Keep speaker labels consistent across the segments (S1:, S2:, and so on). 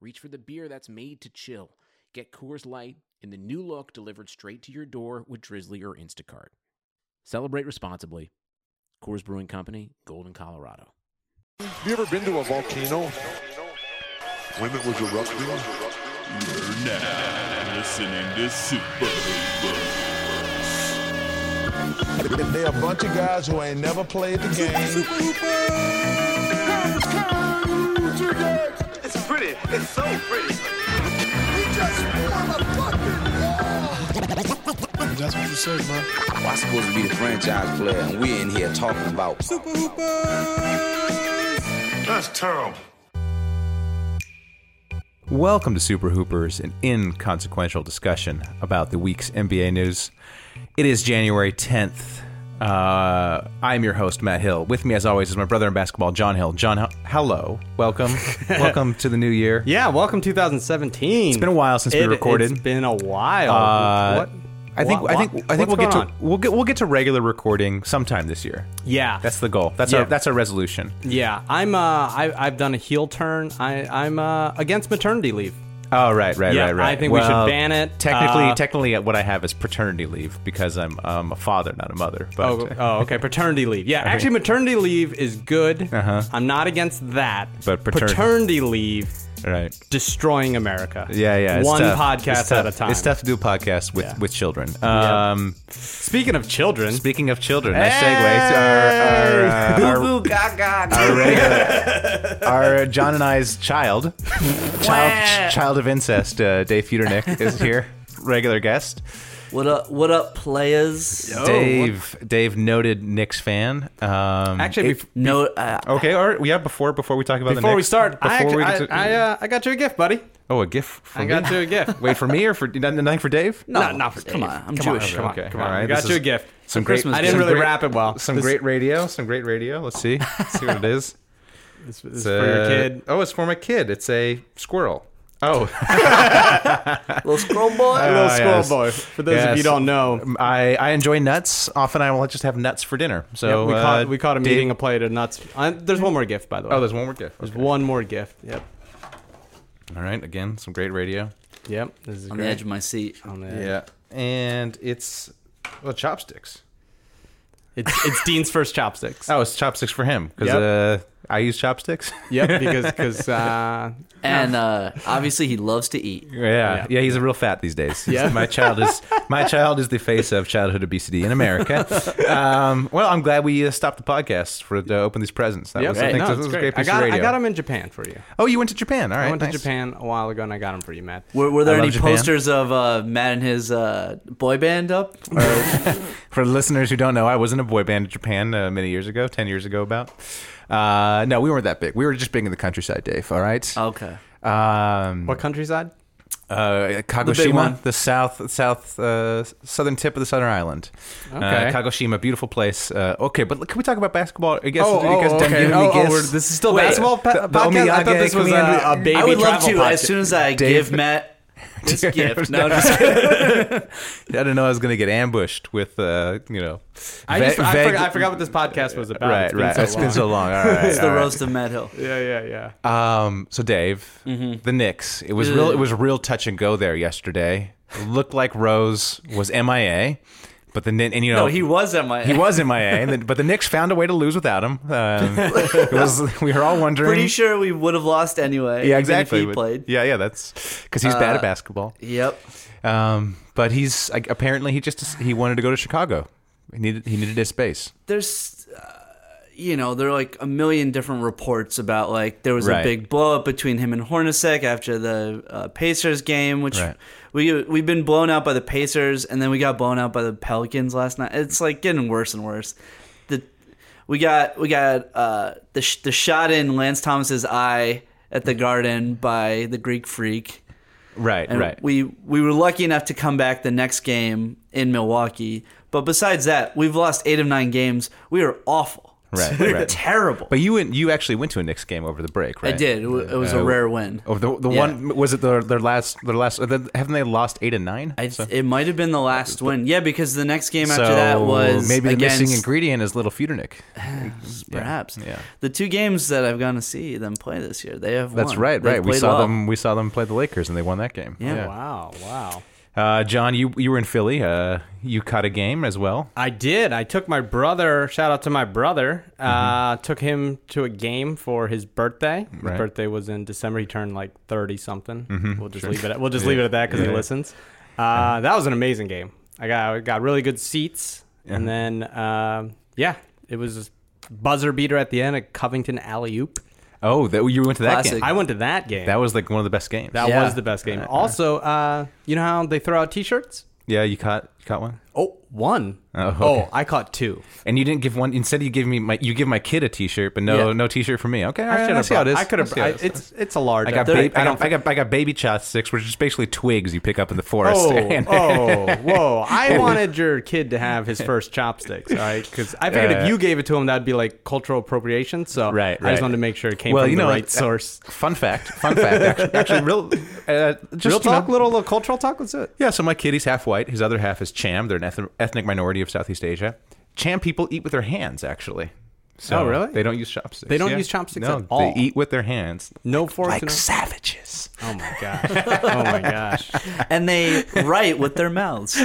S1: reach for the beer that's made to chill. Get Coors Light in the new look delivered straight to your door with Drizzly or Instacart. Celebrate responsibly. Coors Brewing Company, Golden, Colorado.
S2: Have you ever been to a volcano?
S3: When it was erupting,
S4: You're now listening to Super
S2: They're a bunch of guys who ain't never played the game.
S5: It's pretty. It's so pretty.
S6: I'm supposed to be the franchise player, and we're in here talking about
S3: that's terrible.
S7: Welcome to Super Hoopers, an inconsequential discussion about the week's NBA news. It is January 10th. Uh, I'm your host, Matt Hill. With me, as always, is my brother in basketball, John Hill. John, h- hello. Welcome. Welcome to the new year.
S8: Yeah, welcome 2017. It's
S7: been a while since we recorded.
S8: It's been a while.
S7: Uh,
S8: What-
S7: I think
S8: what-
S7: I think I think we'll
S8: what's
S7: get to
S8: going on?
S7: we'll get we'll get to regular recording sometime this year.
S8: yeah.
S7: That's the goal. That's
S8: Yeah.
S7: our that's our resolution.
S8: yeah. I'm uh I, I've done a heel turn. I I'm uh against maternity leave.
S7: Oh right, right,
S8: Yeah,
S7: right, right.
S8: I think we should
S7: Well,
S8: ban it.
S7: Technically,
S8: Uh,
S7: technically, what I have is paternity leave because I'm um, a father, not a mother. But
S8: Oh, oh okay. Paternity leave. Yeah, actually, maternity leave is good.
S7: Uh-huh.
S8: I'm not against that.
S7: But patern-
S8: paternity leave
S7: right.
S8: destroying America.
S7: Yeah, yeah. it's
S8: One
S7: tough.
S8: podcast
S7: It's tough.
S8: at a time.
S7: It's tough to do podcasts with
S8: Yeah.
S7: with children. Um,
S8: Speaking of children,
S7: Speaking of children, nice segue to our our, uh, our, our regular- our John and I's child, child, child of incest, uh, Dave Futernick is here, regular guest.
S9: What up, what up, players?
S7: Dave, Dave, noted Knicks fan. Um,
S8: actually, bef-
S9: No, uh,
S7: Okay, all right. Yeah, before before we talk about the
S8: before we
S7: Knicks-
S8: start, I,
S7: before
S8: actually,
S7: we
S8: I,
S7: get to-
S8: I, uh, I got you a gift, buddy.
S7: oh, a gift. For
S8: I
S7: me?
S8: got you a gift.
S7: Wait for me or for nothing for Dave?
S8: No, not for
S9: come
S8: Dave.
S9: on, I'm
S8: come On,
S9: Jewish.
S8: come
S7: Okay,
S8: on, come
S7: all
S8: on.
S7: right,
S8: I
S7: this
S8: got you
S7: is
S8: a gift.
S7: Some
S8: For
S7: great-
S8: Christmas. I
S7: some
S8: didn't really
S7: great-
S8: wrap it well.
S7: Some
S8: This-
S7: great radio. Some great radio. Let's see. Let's see what it is.
S8: This, this is for your
S7: Uh,
S8: kid.
S7: Oh, it's for my kid. It's a squirrel. Oh,
S9: little scroll boy.
S7: Uh,
S8: Little squirrel
S7: yes.
S8: boy. For those
S7: Yes.
S8: of you don't know,
S7: I, I enjoy nuts. Often I will just have nuts for dinner. So
S8: we,
S7: uh,
S8: caught, we caught him
S7: Dave-
S8: eating a plate of nuts. I, there's one more gift, by the way.
S7: Oh, there's one more gift.
S8: There's one more gift. Yep.
S7: All right, again, some great radio.
S8: Yep. This is
S9: On
S8: great.
S9: the edge of my seat.
S8: On the edge.
S7: Yeah, and it's well chopsticks.
S8: It's, it's Dean's first chopsticks.
S7: Oh, it's chopsticks for him because uh, I use chopsticks.
S8: Yep. Because cause, uh,
S9: And
S7: Oh.
S9: uh, obviously, he loves to eat.
S7: Yeah, yeah, he's a real fat these days.
S8: Yeah.
S7: my child is my child is the face of childhood obesity in America. Um, well, I'm glad we uh, stopped the podcast for to open these presents. That
S8: yep.
S7: was, I think,
S8: no,
S7: that
S8: it's
S7: was a
S8: great.
S7: great
S8: I
S7: piece
S8: got
S7: of radio.
S8: I got him in Japan for you.
S7: oh, you went to Japan. All right,
S8: I went to
S7: nice.
S8: Japan a while ago and I got him for you, Matt.
S9: Were, were there
S7: I love
S9: any
S7: Japan.
S9: posters of uh, Matt and his uh, boy band up?
S7: For listeners who don't know, I was in a boy band in Japan uh, many years ago, ten years ago, about. Uh, no, we weren't that big. We were just big in the countryside, Dave. All right.
S9: okay.
S7: Um,
S8: Uh, What countryside?
S7: uh,
S9: big
S7: Kagoshima,
S9: one.
S7: the, south, south, uh, southern tip of the southern island.
S8: Okay.
S7: Uh, Kagoshima, beautiful place. Uh, okay, but can we talk about basketball? I guess.
S8: Oh,
S7: I guess
S8: oh,
S7: Dan,
S8: okay.
S7: you have any
S8: Oh, oh,
S7: guess?
S8: we're- this is still
S7: Wait,
S8: basketball pa-
S7: the- the
S8: podcast? I
S7: Omiyage
S8: thought this was
S7: Commander-
S8: a- a baby
S9: I would love
S8: travel
S9: to,
S8: podcast.
S9: as soon as I
S7: Dave-
S9: give Matt this gift. No, I'm just kidding.
S7: I didn't know I was going to get ambushed with, uh, you know.
S8: I,
S7: va-
S8: just, I,
S7: vague-
S8: forgot, I forgot what this podcast was about.
S7: Right,
S8: It's been
S7: right.
S8: so
S7: it's been
S8: long.
S7: so long. All right,
S9: it's the
S7: all right.
S9: roast of Matt Hill.
S8: Yeah, yeah, yeah.
S7: Um, so Dave,
S9: Mm-hmm.
S7: the Knicks. It was real. It was real touch and go there yesterday. Looked like Rose was MIA, but the Kn- and you know
S9: No, he was at my.
S7: He was MIA, and the, but the Knicks found a way to lose without him. Um, it was, we were all wondering.
S9: Pretty sure we would have lost anyway.
S7: Yeah,
S9: even
S7: exactly.
S9: If he played. Uh,
S7: Yeah, yeah, that's because he's bad at basketball.
S9: Yep.
S7: Um, but he's like, apparently he just he wanted to go to Chicago. He needed he needed his space.
S9: there's uh, you know there are like a million different reports about like there was
S7: Right.
S9: a big blow up between him and Hornacek after the uh, Pacers game which
S7: Right.
S9: we we've been blown out by the Pacers and then we got blown out by the Pelicans last night it's like getting worse and worse the we got we got uh the sh- the shot in Lance Thomas's eye at
S7: Mm.
S9: the Garden by the Greek Freak.
S7: Right,
S9: And
S7: right.
S9: We we were lucky enough to come back the next game in Milwaukee. But besides that, we've lost eight of nine games. We are awful.
S7: Right,
S9: We're
S7: right.
S9: terrible.
S7: but you went, you actually went to a Knicks game over the break,
S9: I
S7: right?
S9: did. It, wa- it was a
S7: Uh,
S9: rare win.
S7: Oh, the, the
S9: Yeah.
S7: one was it their, their last their last uh, haven't they lost eight and nine?
S9: I,
S7: So-
S9: it might have been the last win. Yeah, because the next game after
S7: so
S9: that was
S7: maybe the
S9: against,
S7: missing ingredient is Little Feudernick.
S9: perhaps.
S7: yeah.
S9: The two games that I've gone to see them play this year, they have
S7: That's
S9: won.
S7: right,
S9: They've
S7: right. We
S9: played
S7: saw
S9: well.
S7: them. We saw them play the Lakers, and they won that game.
S9: Yeah.
S8: Wow, wow.
S7: Uh, John, you you were in Philly. Uh, you caught a game as well.
S8: I did. I took my brother. Shout out to my brother. Uh, took him to a game for his birthday. His
S7: Mm-hmm. Right. Mm-hmm.
S8: birthday was in December. He turned like thirty something. We'll just leave it. At, we'll just leave it at that because he listens. Uh, that was an amazing game. I got I got really good seats, and then um yeah, it was a buzzer beater at the end, a Covington alley oop.
S7: Oh, that, you went to that
S9: Classic.
S7: game.
S8: I went to that game.
S7: That was like one of the best games.
S8: That
S9: Yeah.
S8: was the
S7: uh.
S8: best game. Also, uh, you know how they throw out T-shirts?
S7: yeah, you caught you caught one,
S8: Oh, one.
S7: Oh, okay.
S8: Oh, I caught two.
S7: and you didn't give one. Instead, you gave me my you give my kid a T-shirt, but no
S8: Yeah.
S7: no T-shirt for me. Okay, all
S8: I
S7: right,
S8: should
S7: I
S8: have.
S7: see how it is.
S8: I could have.
S7: see how
S8: I-
S7: it is.
S8: It's it's a large.
S7: I got,
S8: uh,
S7: baby, I,
S8: don't
S7: got, I, got, I got baby chopsticks, which is basically twigs you pick up in the forest.
S8: Oh,
S7: And-
S8: oh, whoa! I wanted your kid to have his first chopsticks, all right? Because I figured
S7: Yeah.
S8: if you gave it to him, that'd be like cultural appropriation. So
S7: Right,
S8: I
S7: right.
S8: just wanted to make sure it came
S7: Well,
S8: from
S7: you know,
S8: the right
S7: uh,
S8: source.
S7: Fun fact. Fun fact. Actually, actually real, uh, just,
S8: Real
S7: you know-
S8: talk, little, little cultural talk. What's it?
S7: Yeah, so my kid, he's half white. His other half is Cham. They're an eth- ethnic minority of Southeast Asia. Cham people eat with their hands, actually. So
S8: Oh, really?
S7: They don't use chopsticks.
S8: They don't use chopsticks
S7: no,
S8: at all.
S7: They eat with their hands.
S8: No forks.
S7: Like
S8: and-
S7: savages.
S8: oh my gosh! Oh my gosh!
S9: and they write with their mouths.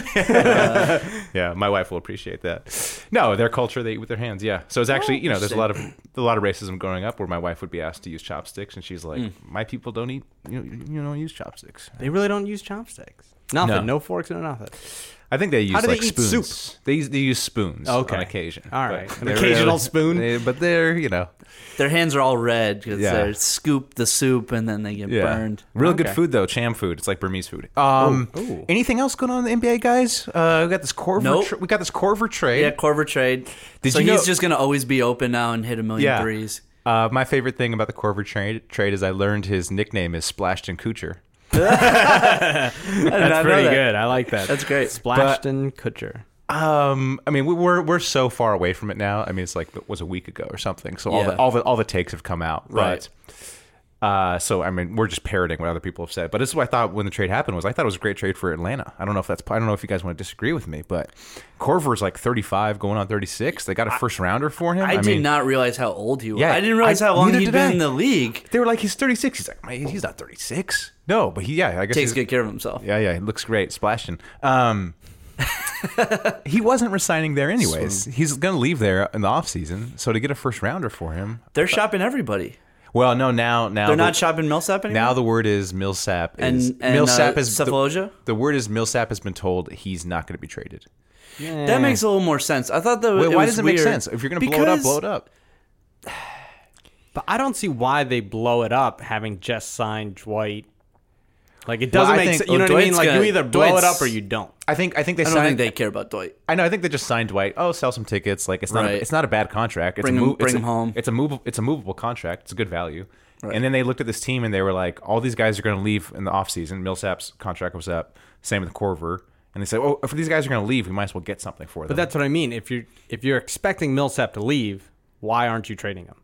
S7: Yeah, my wife will appreciate that. No, their culture, they eat with their hands. Yeah. So it's
S8: Oh,
S7: actually, you know, there's a lot of a lot of racism growing up where my wife would be asked to use chopsticks, and she's like, "My people don't eat, you know, you don't use chopsticks."
S8: Hmm. They really don't use chopsticks. Nothing.
S7: No.
S8: No, forks. No nothing.
S7: I think they use
S8: How do they
S7: like
S8: eat
S7: spoons.
S8: soup?
S7: They use, they use spoons
S8: Okay.
S7: on occasion.
S8: All
S7: But
S8: right. An
S7: they're-
S8: occasional spoon?
S7: they- but they're you know
S9: Their hands are all red because
S7: Yeah.
S9: they scoop the soup and then they get burned.
S7: Real good
S8: Okay.
S7: food though, Cham food. It's like Burmese food. Um, anything else going on in the NBA, guys? Uh, we got this Corver.
S9: Nope.
S7: Tra- we got this Corver trade.
S9: Yeah, Corver trade.
S7: Did
S9: so
S7: you
S9: he's
S7: know-
S9: just gonna always be open now and hit a million
S7: Yeah.
S9: threes.
S7: Uh, my favorite thing about the Corver trade trade is I learned his nickname is Splashed and Coocher.
S9: That's
S8: Pretty good. I like that.
S9: That's great.
S8: Splashed and Kutcher.
S7: Um, I mean, we, we're we're so far away from it now. I mean, it's like it was a week ago or something. So all
S9: Yeah.
S7: the all the all the takes have come out,
S9: Right.
S7: But, uh, so I mean, we're just parroting what other people have said. But this is what I thought when the trade happened was I thought it was a great trade for Atlanta. I don't know if that's I don't know if you guys want to disagree with me, but Corver's like 35, going on 36. They got a first rounder for him.
S9: I, did
S7: mean,
S9: not realize how old you were.
S7: Yeah,
S9: I didn't realize
S7: I-
S9: how long
S7: neither
S9: he'd
S7: did
S9: been
S7: I.
S9: in the league.
S7: They were like, he's 36. He's like, "Man, he's not 36. No, but he yeah, I guess
S9: Takes
S7: he's-
S9: good care of himself.
S7: Yeah, yeah, he looks great, splashing. Um, he wasn't resigning there anyways. He's going to leave there in the offseason. So to get a first rounder for him,
S9: They're shopping everybody.
S7: well, no, now now
S9: They're
S7: the-
S9: not shopping Millsap anymore.
S7: Now the word is Millsap is
S9: And- and,
S7: Millsap
S9: uh,
S7: is the,
S9: Cephalosia?
S7: the word is Millsap has been told he's not going to be traded.
S9: that makes a little more sense. I thought that
S7: Wait,
S9: it
S7: why
S9: was
S7: does it make
S9: weird.
S7: sense? If you're going to blow it up,
S9: Because-
S7: blow it up.
S8: But I don't see why they blow it up having just signed Dwight. Like it doesn't
S7: I
S8: make
S7: think-
S8: sense. You know
S9: oh,
S8: what I mean?
S9: Dwight's
S8: Like you
S9: gonna-
S8: either blow it up
S9: Dwight's-
S8: or you don't.
S7: I think I think they
S9: I don't
S7: signed
S9: think they care about Dwight.
S7: I know. I think they just signed Dwight. Oh, sell some tickets. Like it's not. A,
S9: Right.
S7: it's not a bad contract. It's
S9: Bring
S7: a
S9: 'em-
S7: move,
S9: bring
S7: it's a,
S9: 'em home.
S7: It's a move. It's a movable contract. It's a good value. And then they looked at this team and they were like, all these guys are going to leave in the offseason. Millsap's contract was up. Same with Corver. And they said, well, if these guys are going to leave, we might as well get something for them.
S8: But that's what I mean. If you're if you're expecting Millsap to leave, why aren't you trading him?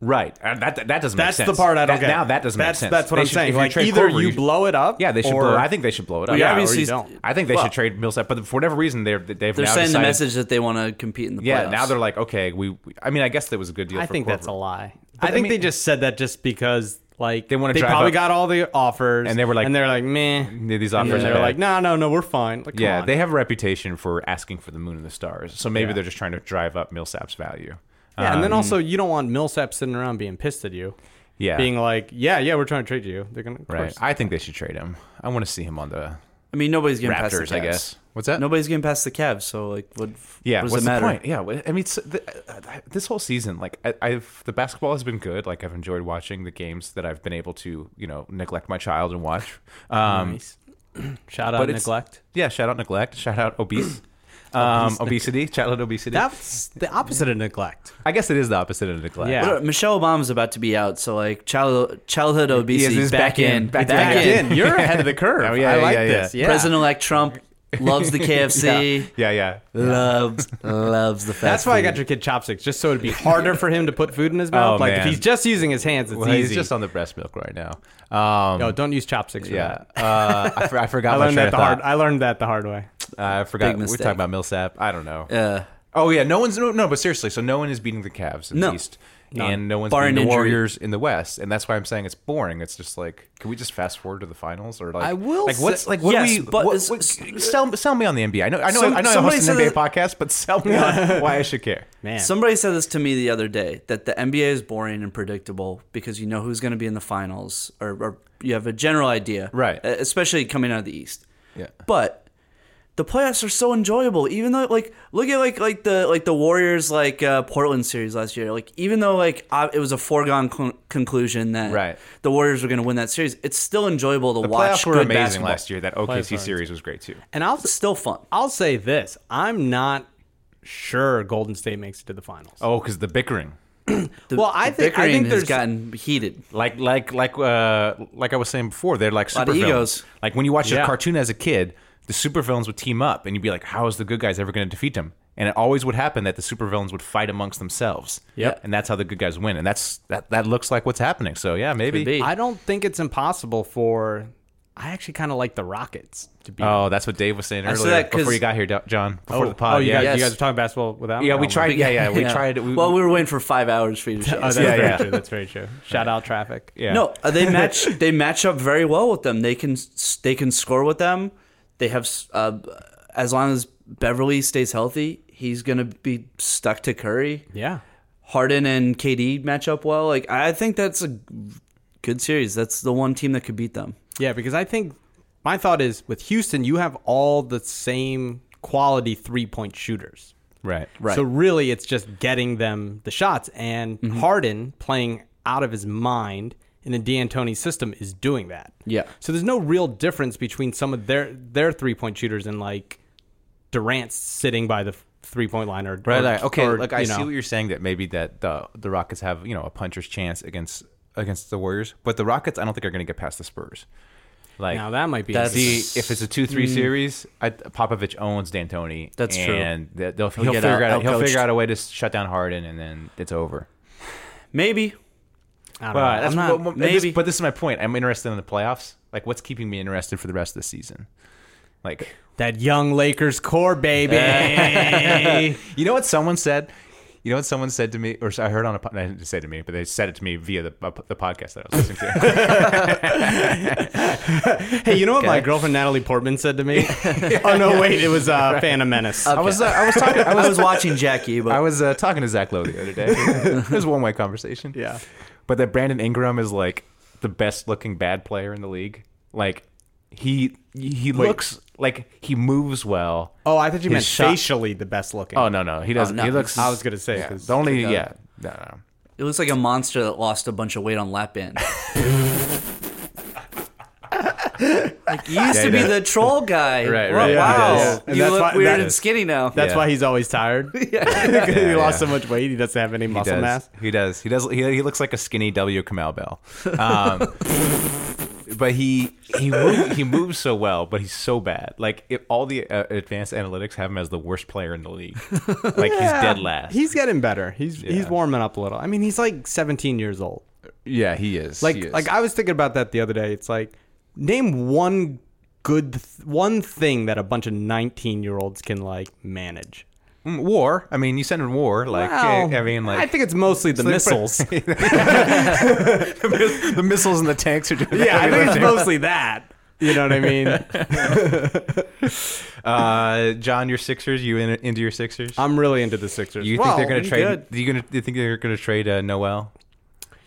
S7: right. Uh, That, that, that doesn't make
S8: That's
S7: sense.
S8: the part I don't
S7: That-
S8: get.
S7: Now that doesn't
S8: that's,
S7: make sense.
S8: That's what
S7: They
S8: I'm
S7: should- if
S8: saying.
S7: you
S8: Like
S7: trade
S8: either
S7: Corver,
S8: you blow it up.
S7: Yeah, they should.
S8: or-
S7: blow, I think they should blow it up.
S9: We
S7: yeah,
S8: or
S9: obviously
S8: you don't.
S7: I think they
S9: Well-
S7: should trade Millsap. But for whatever reason, they're, they've now
S9: They're sending the
S7: decided-
S9: message that they want to compete in the
S7: Yeah,
S9: playoffs.
S7: now they're like, okay, we. we- I mean, I guess that was a good deal.
S8: I
S7: for
S8: think that's
S7: Corver.
S8: a lie.
S7: But
S8: I
S7: I
S8: think
S7: mean-
S8: they just said that just because like
S7: They wanna
S8: They
S7: drive
S8: probably
S7: up-
S8: got all the offers,
S7: And they were like-
S8: and they're like, meh.
S7: These
S8: And
S7: offers
S8: then
S7: are
S8: they're
S7: bad.
S8: like, no, no, no, we're fine. Like, come
S7: Yeah,
S8: on.
S7: they have a reputation for asking for the moon and the stars. So maybe they're just trying to drive up Millsap's value. Uh,
S8: Yeah, and then also you don't want Millsap sitting around being pissed at you.
S7: Um, Yeah.
S8: being like, yeah, yeah, we're trying to trade you. They're gonna of
S7: right.
S8: course.
S7: I think they should trade him. I want to see him on the
S9: I mean, nobody's getting past the
S7: Raptors,
S9: Cavs.
S7: I guess. What's that?
S9: Nobody's getting past the Cavs, so like, what?
S7: Yeah,
S9: what does
S7: what's
S9: it
S7: the
S9: matter?
S7: point? Yeah, what- I mean, it's, the, uh, this whole season, like, I, I've the basketball has been good. Like, I've enjoyed watching the games that I've been able to, you know, neglect my child and watch. Um,
S8: Shout out
S7: But it's-
S8: neglect.
S7: Yeah, shout out neglect. Shout out obese. Um, obesity, childhood obesity.
S8: That's the opposite of neglect.
S7: I guess it is the opposite of neglect.
S8: Yeah.
S9: What are- Michelle Obama's about to be out, so like child, childhood obesity
S7: he's
S9: is back,
S7: back in,
S9: in,
S7: back
S9: back
S7: in.
S9: in.
S8: You're ahead of the curve.
S7: Oh, yeah,
S8: I like
S7: yeah, yeah.
S8: this. Yeah.
S9: President-elect Trump loves the KFC.
S7: Yeah, yeah.
S9: Loves loves the fast
S8: That's why I
S9: food.
S8: got your kid chopsticks, just so it'd be harder for him to put food in his mouth.
S7: Oh,
S8: like
S7: man.
S8: if he's just using his hands, it's
S7: Well,
S8: easy.
S7: he's just on the breast milk right now. Um,
S8: no, don't use chopsticks. For
S7: yeah.
S8: that.
S7: Uh, I, for, I forgot.
S8: I
S7: my
S8: learned
S7: train
S8: that
S7: of
S8: the
S7: thought.
S8: hard. I learned that the hard way.
S7: I forgot.
S9: Big
S7: We're
S9: mistake.
S7: talking about Millsap. I don't know.
S9: Yeah.
S7: oh yeah, no one's no, no, but seriously, so no one is beating the Cavs in the
S9: No.
S7: East, and no one's
S9: Barring
S7: beating the
S9: injury.
S7: Warriors in the West, and that's why I'm saying it's boring. It's just like, can we just fast forward to the finals or like?
S8: I will
S7: Like what's
S8: say-
S7: like what
S9: Yes,
S7: we
S9: but
S7: what,
S9: it's-
S7: what- sell sell me on the NBA. I know I know
S9: Some-
S7: I know I
S9: somebody
S7: host an NBA
S9: said
S7: podcast, but sell me on why I should care.
S8: Man,
S9: Somebody said this to me the other day that the NBA is boring and predictable because you know who's going to be in the finals or, or you have a general idea.
S7: Right.
S9: e- Especially coming out of the East.
S7: Yeah.
S9: But the playoffs are so enjoyable even though like look at like like the like the Warriors like uh, Portland series last year. Like even though like ob- it was a foregone con- conclusion that
S7: Right.
S9: the Warriors were going to win that series, it's still enjoyable to
S7: The
S9: watch
S7: playoffs were
S9: good
S7: amazing
S9: basketball.
S7: last year. That OKC series was great too.
S8: and I'll
S9: It's still fun.
S8: I'll say this: I'm not sure Golden State makes it to the finals.
S7: Oh, because the bickering.
S9: The,
S8: Well, I
S9: the
S8: think- I
S9: bickering
S8: think
S9: has
S8: there's-
S9: gotten heated.
S7: like like like uh like I was saying before, they're like
S9: Lot of
S7: super
S9: egos.
S7: Like when you watch
S8: Yeah.
S7: a cartoon as a kid, the supervillains would team up, and you'd be like, "How is the good guys ever going to defeat them?" And it always would happen that the supervillains would fight amongst themselves.
S8: Yep.
S7: and that's how the good guys win, and that's that that looks like what's happening. So yeah, maybe.
S9: Could be.
S8: I don't think it's impossible for. I actually kind of like the Rockets to be.
S7: Oh, that's what Dave was saying earlier
S9: said that 'cause-
S7: before you got here, Do- John. Before
S8: Oh,
S7: the pod,
S8: oh, you
S7: yeah,
S8: guys,
S9: Yes.
S8: you guys were talking basketball without.
S7: yeah, we
S8: Oh,
S7: tried. Yeah, yeah, we tried. We,
S9: well, we were waiting for five hours for you to show.
S8: Oh,
S9: us.
S8: that's
S7: Yeah,
S8: very
S7: yeah.
S8: true. That's very true. Shout out traffic.
S7: yeah.
S9: No, uh, they match. they match up very well with them. They can s- they can score with them. They have s- uh, as long as Beverly stays healthy, he's gonna be stuck to Curry.
S8: Yeah.
S9: Harden and KD match up well. Like I think that's a good series. That's the one team that could beat them.
S8: Yeah, because I think my thought is with Houston, you have all the same quality three point shooters.
S7: right,
S9: Right.
S8: So really, it's just getting them the shots. And
S7: Mm-hmm.
S8: Harden playing out of his mind in the D'Antoni system is doing that.
S9: Yeah.
S8: So there's no real difference between some of their their three point shooters and like Durant sitting by the three point line or
S7: Right.
S8: or-
S7: like, okay.
S8: or,
S7: like I
S8: you
S7: see
S8: know.
S7: what you're saying that maybe that the the Rockets have you know a puncher's chance against against the Warriors, but the Rockets I don't think are going to get past the Spurs. Like
S8: Now that might be
S9: That's- Hmm.
S7: see if it's a two three series, I, Popovich owns D'Antoni.
S9: That's true.
S7: and true. And they'll he'll,
S9: get
S7: figure out,
S9: out-
S7: he'll figure
S9: outcoached.
S7: out a way to shut down Harden, and then it's over.
S9: Maybe
S8: I don't know.
S7: But that's
S9: I'm not-
S7: but- but this-
S9: maybe.
S7: but this is my point. I'm interested in the playoffs. Like, what's keeping me interested for the rest of the season? Like,
S8: that young Lakers core baby.
S7: You know what someone said? You know what someone said to me, or I heard on a po- I didn't say it to me, but they said it to me via the uh, the podcast that I was listening to.
S8: Hey, you know what my girlfriend Natalie Portman said to me? oh no, wait, it was uh, Phantom Menace.
S7: I was uh, I was talking I
S9: I
S7: was,
S9: was watching Jackie, but
S7: I was uh, talking to Zach Lowe the other day. it was one way conversation.
S8: Yeah.
S7: but that Brandon Ingram is like the best looking bad player in the league. Like he he looks like he moves well.
S8: oh, I thought you
S7: His
S8: meant
S7: shot-
S8: facially the best looking.
S7: Oh no no he doesn't.
S9: no.
S7: He looks.
S8: I was gonna say
S7: yeah,
S8: 'cause-
S7: the only yeah no no.
S9: it looks like a monster that lost a bunch of weight on lap band. like you used
S7: Yeah,
S9: to be
S7: yeah.
S9: the troll guy.
S7: Right,
S9: Wow,
S7: right,
S9: wow.
S7: yeah, yeah.
S8: And
S9: you
S8: that's
S9: look
S8: why-
S9: weird
S8: that-
S9: and skinny now.
S8: That's
S7: Yeah.
S8: why he's always tired. he
S7: Yeah,
S8: lost
S7: yeah.
S8: so much weight, he doesn't have any muscle
S7: does.
S8: mass.
S7: He does. He does. He, he looks like a skinny W. Kamau Bell. Um, but he he move, he moves so well, but he's so bad. Like if all the uh, advanced analytics have him as the worst player in the league. Like he's dead last.
S8: He's getting better. He's he's
S7: Yeah.
S8: warming up a little. I mean, he's like 17 years old.
S7: yeah, he is.
S8: Like
S7: He is.
S8: like I was thinking about that the other day. It's like name one good th- one thing that a bunch of 19 year olds can like manage.
S7: Mm, war. I mean, you send in war. Like
S8: Well,
S7: I mean, like
S8: I think it's mostly the
S7: like-
S8: missiles.
S7: the missiles and the tanks are doing.
S8: yeah, I think it's mostly that. You know what I mean?
S7: Uh, John, your Sixers. You in, into your Sixers?
S8: I'm really into the Sixers.
S7: you
S8: Well,
S7: think they're
S8: we
S7: gonna trade?
S8: good.
S7: Do you gonna? Do you think they're gonna trade uh, Noel?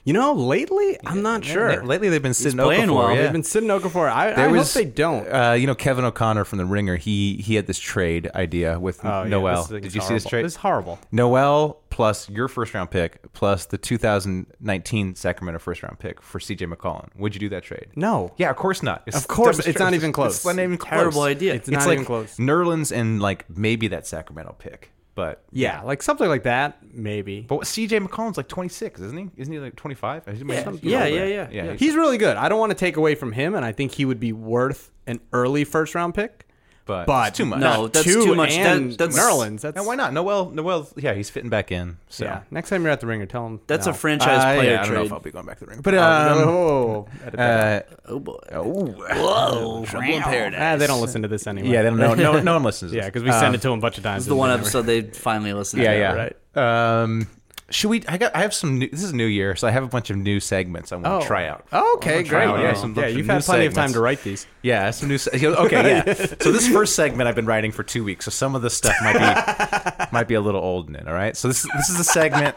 S8: You know, lately I'm not sure.
S7: Lately, they've been sitting
S9: playing well.
S7: Yeah.
S8: They've been sitting Okafor. I,
S7: There
S8: I
S7: was-
S8: hope they don't.
S7: Uh, you know, Kevin O'Connor from The Ringer, he he had this trade idea with
S8: Oh, yeah,
S7: Noel.
S8: this thing
S7: Did
S8: is
S7: you see this
S8: horrible.
S7: trade?
S8: This is horrible.
S7: Noel plus your first round pick plus the 2019 Sacramento first round pick for CJ McCollum. Would you do that trade?
S8: No.
S7: Yeah, of course not. It's
S8: Of course,
S7: dumb as
S8: it's
S7: tra-
S8: not even close.
S7: It's not even close.
S9: Terrible idea.
S8: It's not
S7: like
S8: even close.
S7: Nerlens and like maybe that Sacramento pick, but
S8: Yeah, like something like that, maybe.
S7: But what, CJ McCollum's like 26, isn't he? Isn't he like 25? He's my- he's
S9: yeah,
S7: older.
S9: yeah, yeah, yeah.
S7: he's-
S8: He's really good. I don't want to take away from him, and I think he would be worth an early first round pick.
S7: but,
S8: But
S7: it's too much.
S9: No,
S8: Not
S9: that's
S8: two
S9: too much.
S8: And
S9: That- that's-
S8: Nerlens. That's
S7: Now, why not? Noel, Noel, yeah, he's fitting back in. So
S8: Yeah. Next time you're at the ringer, tell him
S9: That's
S8: no.
S9: a franchise
S7: Uh,
S9: player
S7: yeah, I don't know
S9: trade.
S7: if I'll be going back to the ring. But um,
S8: Oh,
S7: uh,
S9: oh boy.
S7: oh,
S9: Trouble in paradise.
S8: ah, they don't listen to this anyway.
S7: yeah, they don't know. No, no one listens. to
S8: Yeah,
S7: this. Uh,
S8: because we send it to him a bunch of times.
S9: This is the one
S8: and they
S9: episode they finally listened
S7: yeah,
S9: to.
S7: yeah.
S8: right.
S7: Um, should we? I got. I have some. New, this is New Year, so I have a bunch of new segments I want
S8: never-
S7: to try out.
S8: Oh, okay,
S7: try
S8: great.
S7: out
S8: Yeah,
S7: some-
S8: yeah,
S7: some
S8: you've
S7: new
S8: had plenty of time
S7: segments.
S8: to write these.
S7: Yeah, some new. Se- okay, yeah. So this first segment I've been writing for two weeks, so some of the stuff might be might be a little old in it. All right. So this this is a segment.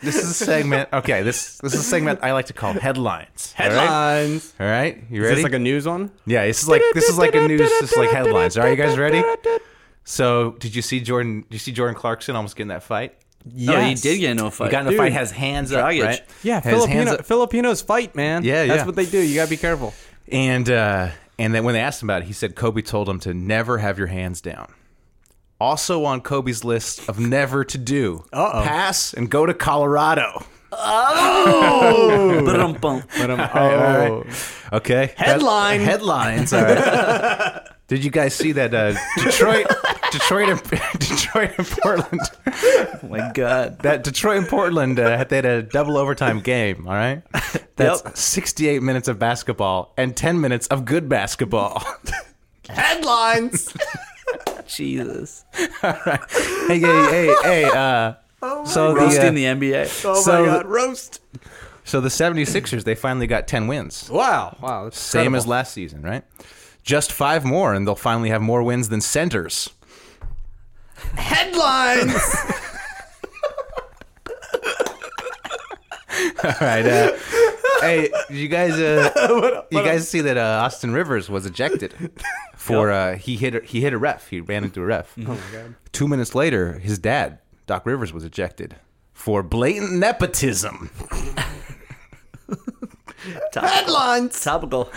S7: This is a segment. Okay. This this is a segment I like to call headlines. all right?
S8: Headlines.
S7: All right. You
S8: Is
S7: ready?
S8: this like a news one?
S7: yeah. This is like this is like a news. This is like headlines. Are you guys ready? So did you see Jordan? Did you see Jordan Clarkson almost get in that fight?
S9: Yeah.
S8: Yeah,
S9: he Oh, did get into a fight.
S7: He got in a
S9: Dude.
S7: fight. Has hands
S8: Oh,
S7: up.
S9: Dragic.
S7: Right?
S8: Yeah,
S7: Has hands
S8: Filipino,
S7: up.
S8: Filipinos fight, man.
S7: Yeah, yeah.
S8: That's what they do. You gotta be careful.
S7: And uh, and then when they asked him about it, he said Kobe told him to never have your hands down. Also on Kobe's list of never to do,
S8: Uh-oh.
S7: pass and go to Colorado.
S9: Ba-dum-bum.
S8: But um, oh,
S7: Okay.
S9: Headline.
S7: That- headlines. All right. Did you guys see that uh, Detroit, Detroit, and Detroit and Portland?
S9: Oh my god.
S7: That Detroit and Portland uh, they had a double overtime game. All right. That's 68 minutes of basketball and 10 minutes of good basketball.
S9: Headlines. Jesus.
S7: hey, hey, hey, hey. Uh, so the, uh,
S9: Roasting the NBA. Oh
S7: so- God,
S9: roast.
S7: So the 76ers, they finally got 10 wins.
S8: wow, wow. That's
S7: Same
S8: incredible.
S7: as last season, right? Just five more, and they'll finally have more wins than centers.
S9: Headlines.
S7: All right. Uh, hey, did you guys, uh, you guys see that uh, Austin Rivers was ejected for uh, he hit a, he hit a ref. He ran into a ref. Oh my god! Two minutes later, his dad, Doc Rivers, was ejected for blatant nepotism.
S9: Headlines. Topical.